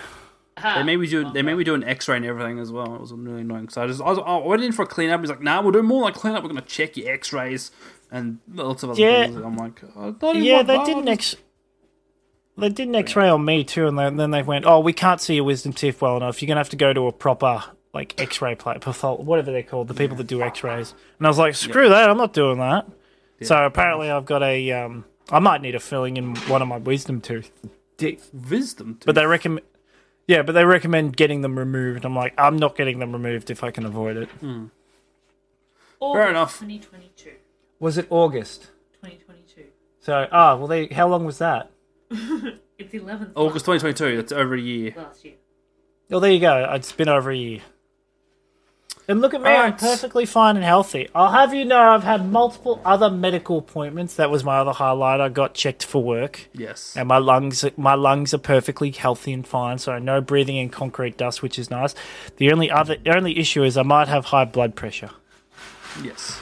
Speaker 3: They made me do they made me do an X-ray and everything as well. It was really annoying. So I just I, was, I went in for a cleanup. He's like, "Nah, we'll do more like cleanup. We're gonna check your X-rays and lots of other
Speaker 4: Yeah.
Speaker 3: things." And I'm like, I don't even
Speaker 4: Yeah,
Speaker 3: want
Speaker 4: they
Speaker 3: that.
Speaker 4: did an X. They did an X-ray on me too, and then then they went, "Oh, we can't see your wisdom teeth well enough. You're gonna have to go to a proper like X-ray plate, pathol- whatever they're called, the people that do X-rays." And I was like, "Screw that! I'm not doing that." so apparently, I've got a. Um, I might need a filling in one of my wisdom tooth,
Speaker 3: wisdom. Too.
Speaker 4: but they recommend. Yeah, but they recommend getting them removed. I'm like, I'm not getting them removed if I can avoid it.
Speaker 3: Fair enough.
Speaker 5: 2022.
Speaker 4: Was it August?
Speaker 5: 2022.
Speaker 4: So, ah, well, they. How long was that?
Speaker 5: It's the 11th
Speaker 3: August 2022. That's over a year.
Speaker 5: last year.
Speaker 4: Well, there you go. It's been over a year. And look at me, I'm
Speaker 3: Alright.
Speaker 4: perfectly fine and healthy. I'll have you know I've had multiple other medical appointments. That was my other highlight. I got checked for work.
Speaker 3: Yes.
Speaker 4: And my lungs my lungs are perfectly healthy and fine, so no breathing in concrete dust, which is nice. The only other the only issue is I might have high blood pressure.
Speaker 3: Yes.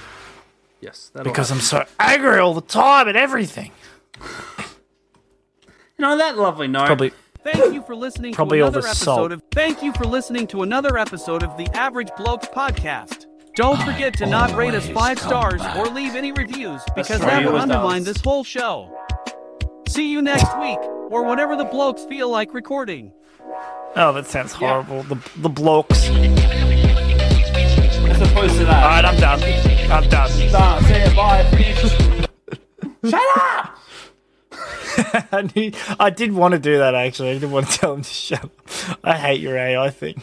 Speaker 3: Yes. That'll
Speaker 4: Because
Speaker 3: happen.
Speaker 4: I'm so angry all the time at everything.
Speaker 3: you know that lovely note.
Speaker 4: Probably
Speaker 8: Thank you for listening
Speaker 4: Probably
Speaker 8: to
Speaker 4: all
Speaker 8: another
Speaker 4: the
Speaker 8: episode
Speaker 4: salt.
Speaker 8: of Thank you for listening to another episode of the Average Blokes podcast. Don't forget to not rate us
Speaker 7: always
Speaker 8: 5
Speaker 7: come
Speaker 8: stars
Speaker 7: back.
Speaker 8: or leave any reviews because
Speaker 3: right,
Speaker 8: that
Speaker 3: you
Speaker 8: would
Speaker 3: always
Speaker 8: undermine
Speaker 3: does.
Speaker 8: this whole show. See you next week or whenever the blokes feel like recording.
Speaker 4: Oh, that sounds horrible. The the blokes.
Speaker 3: As opposed to that.
Speaker 4: Alright, I'm done. I'm done.
Speaker 3: Nah, see ya, bye. bitch.
Speaker 4: I, knew, I did want to do that actually. I didn't want to tell him to shut up. I hate your AI thing.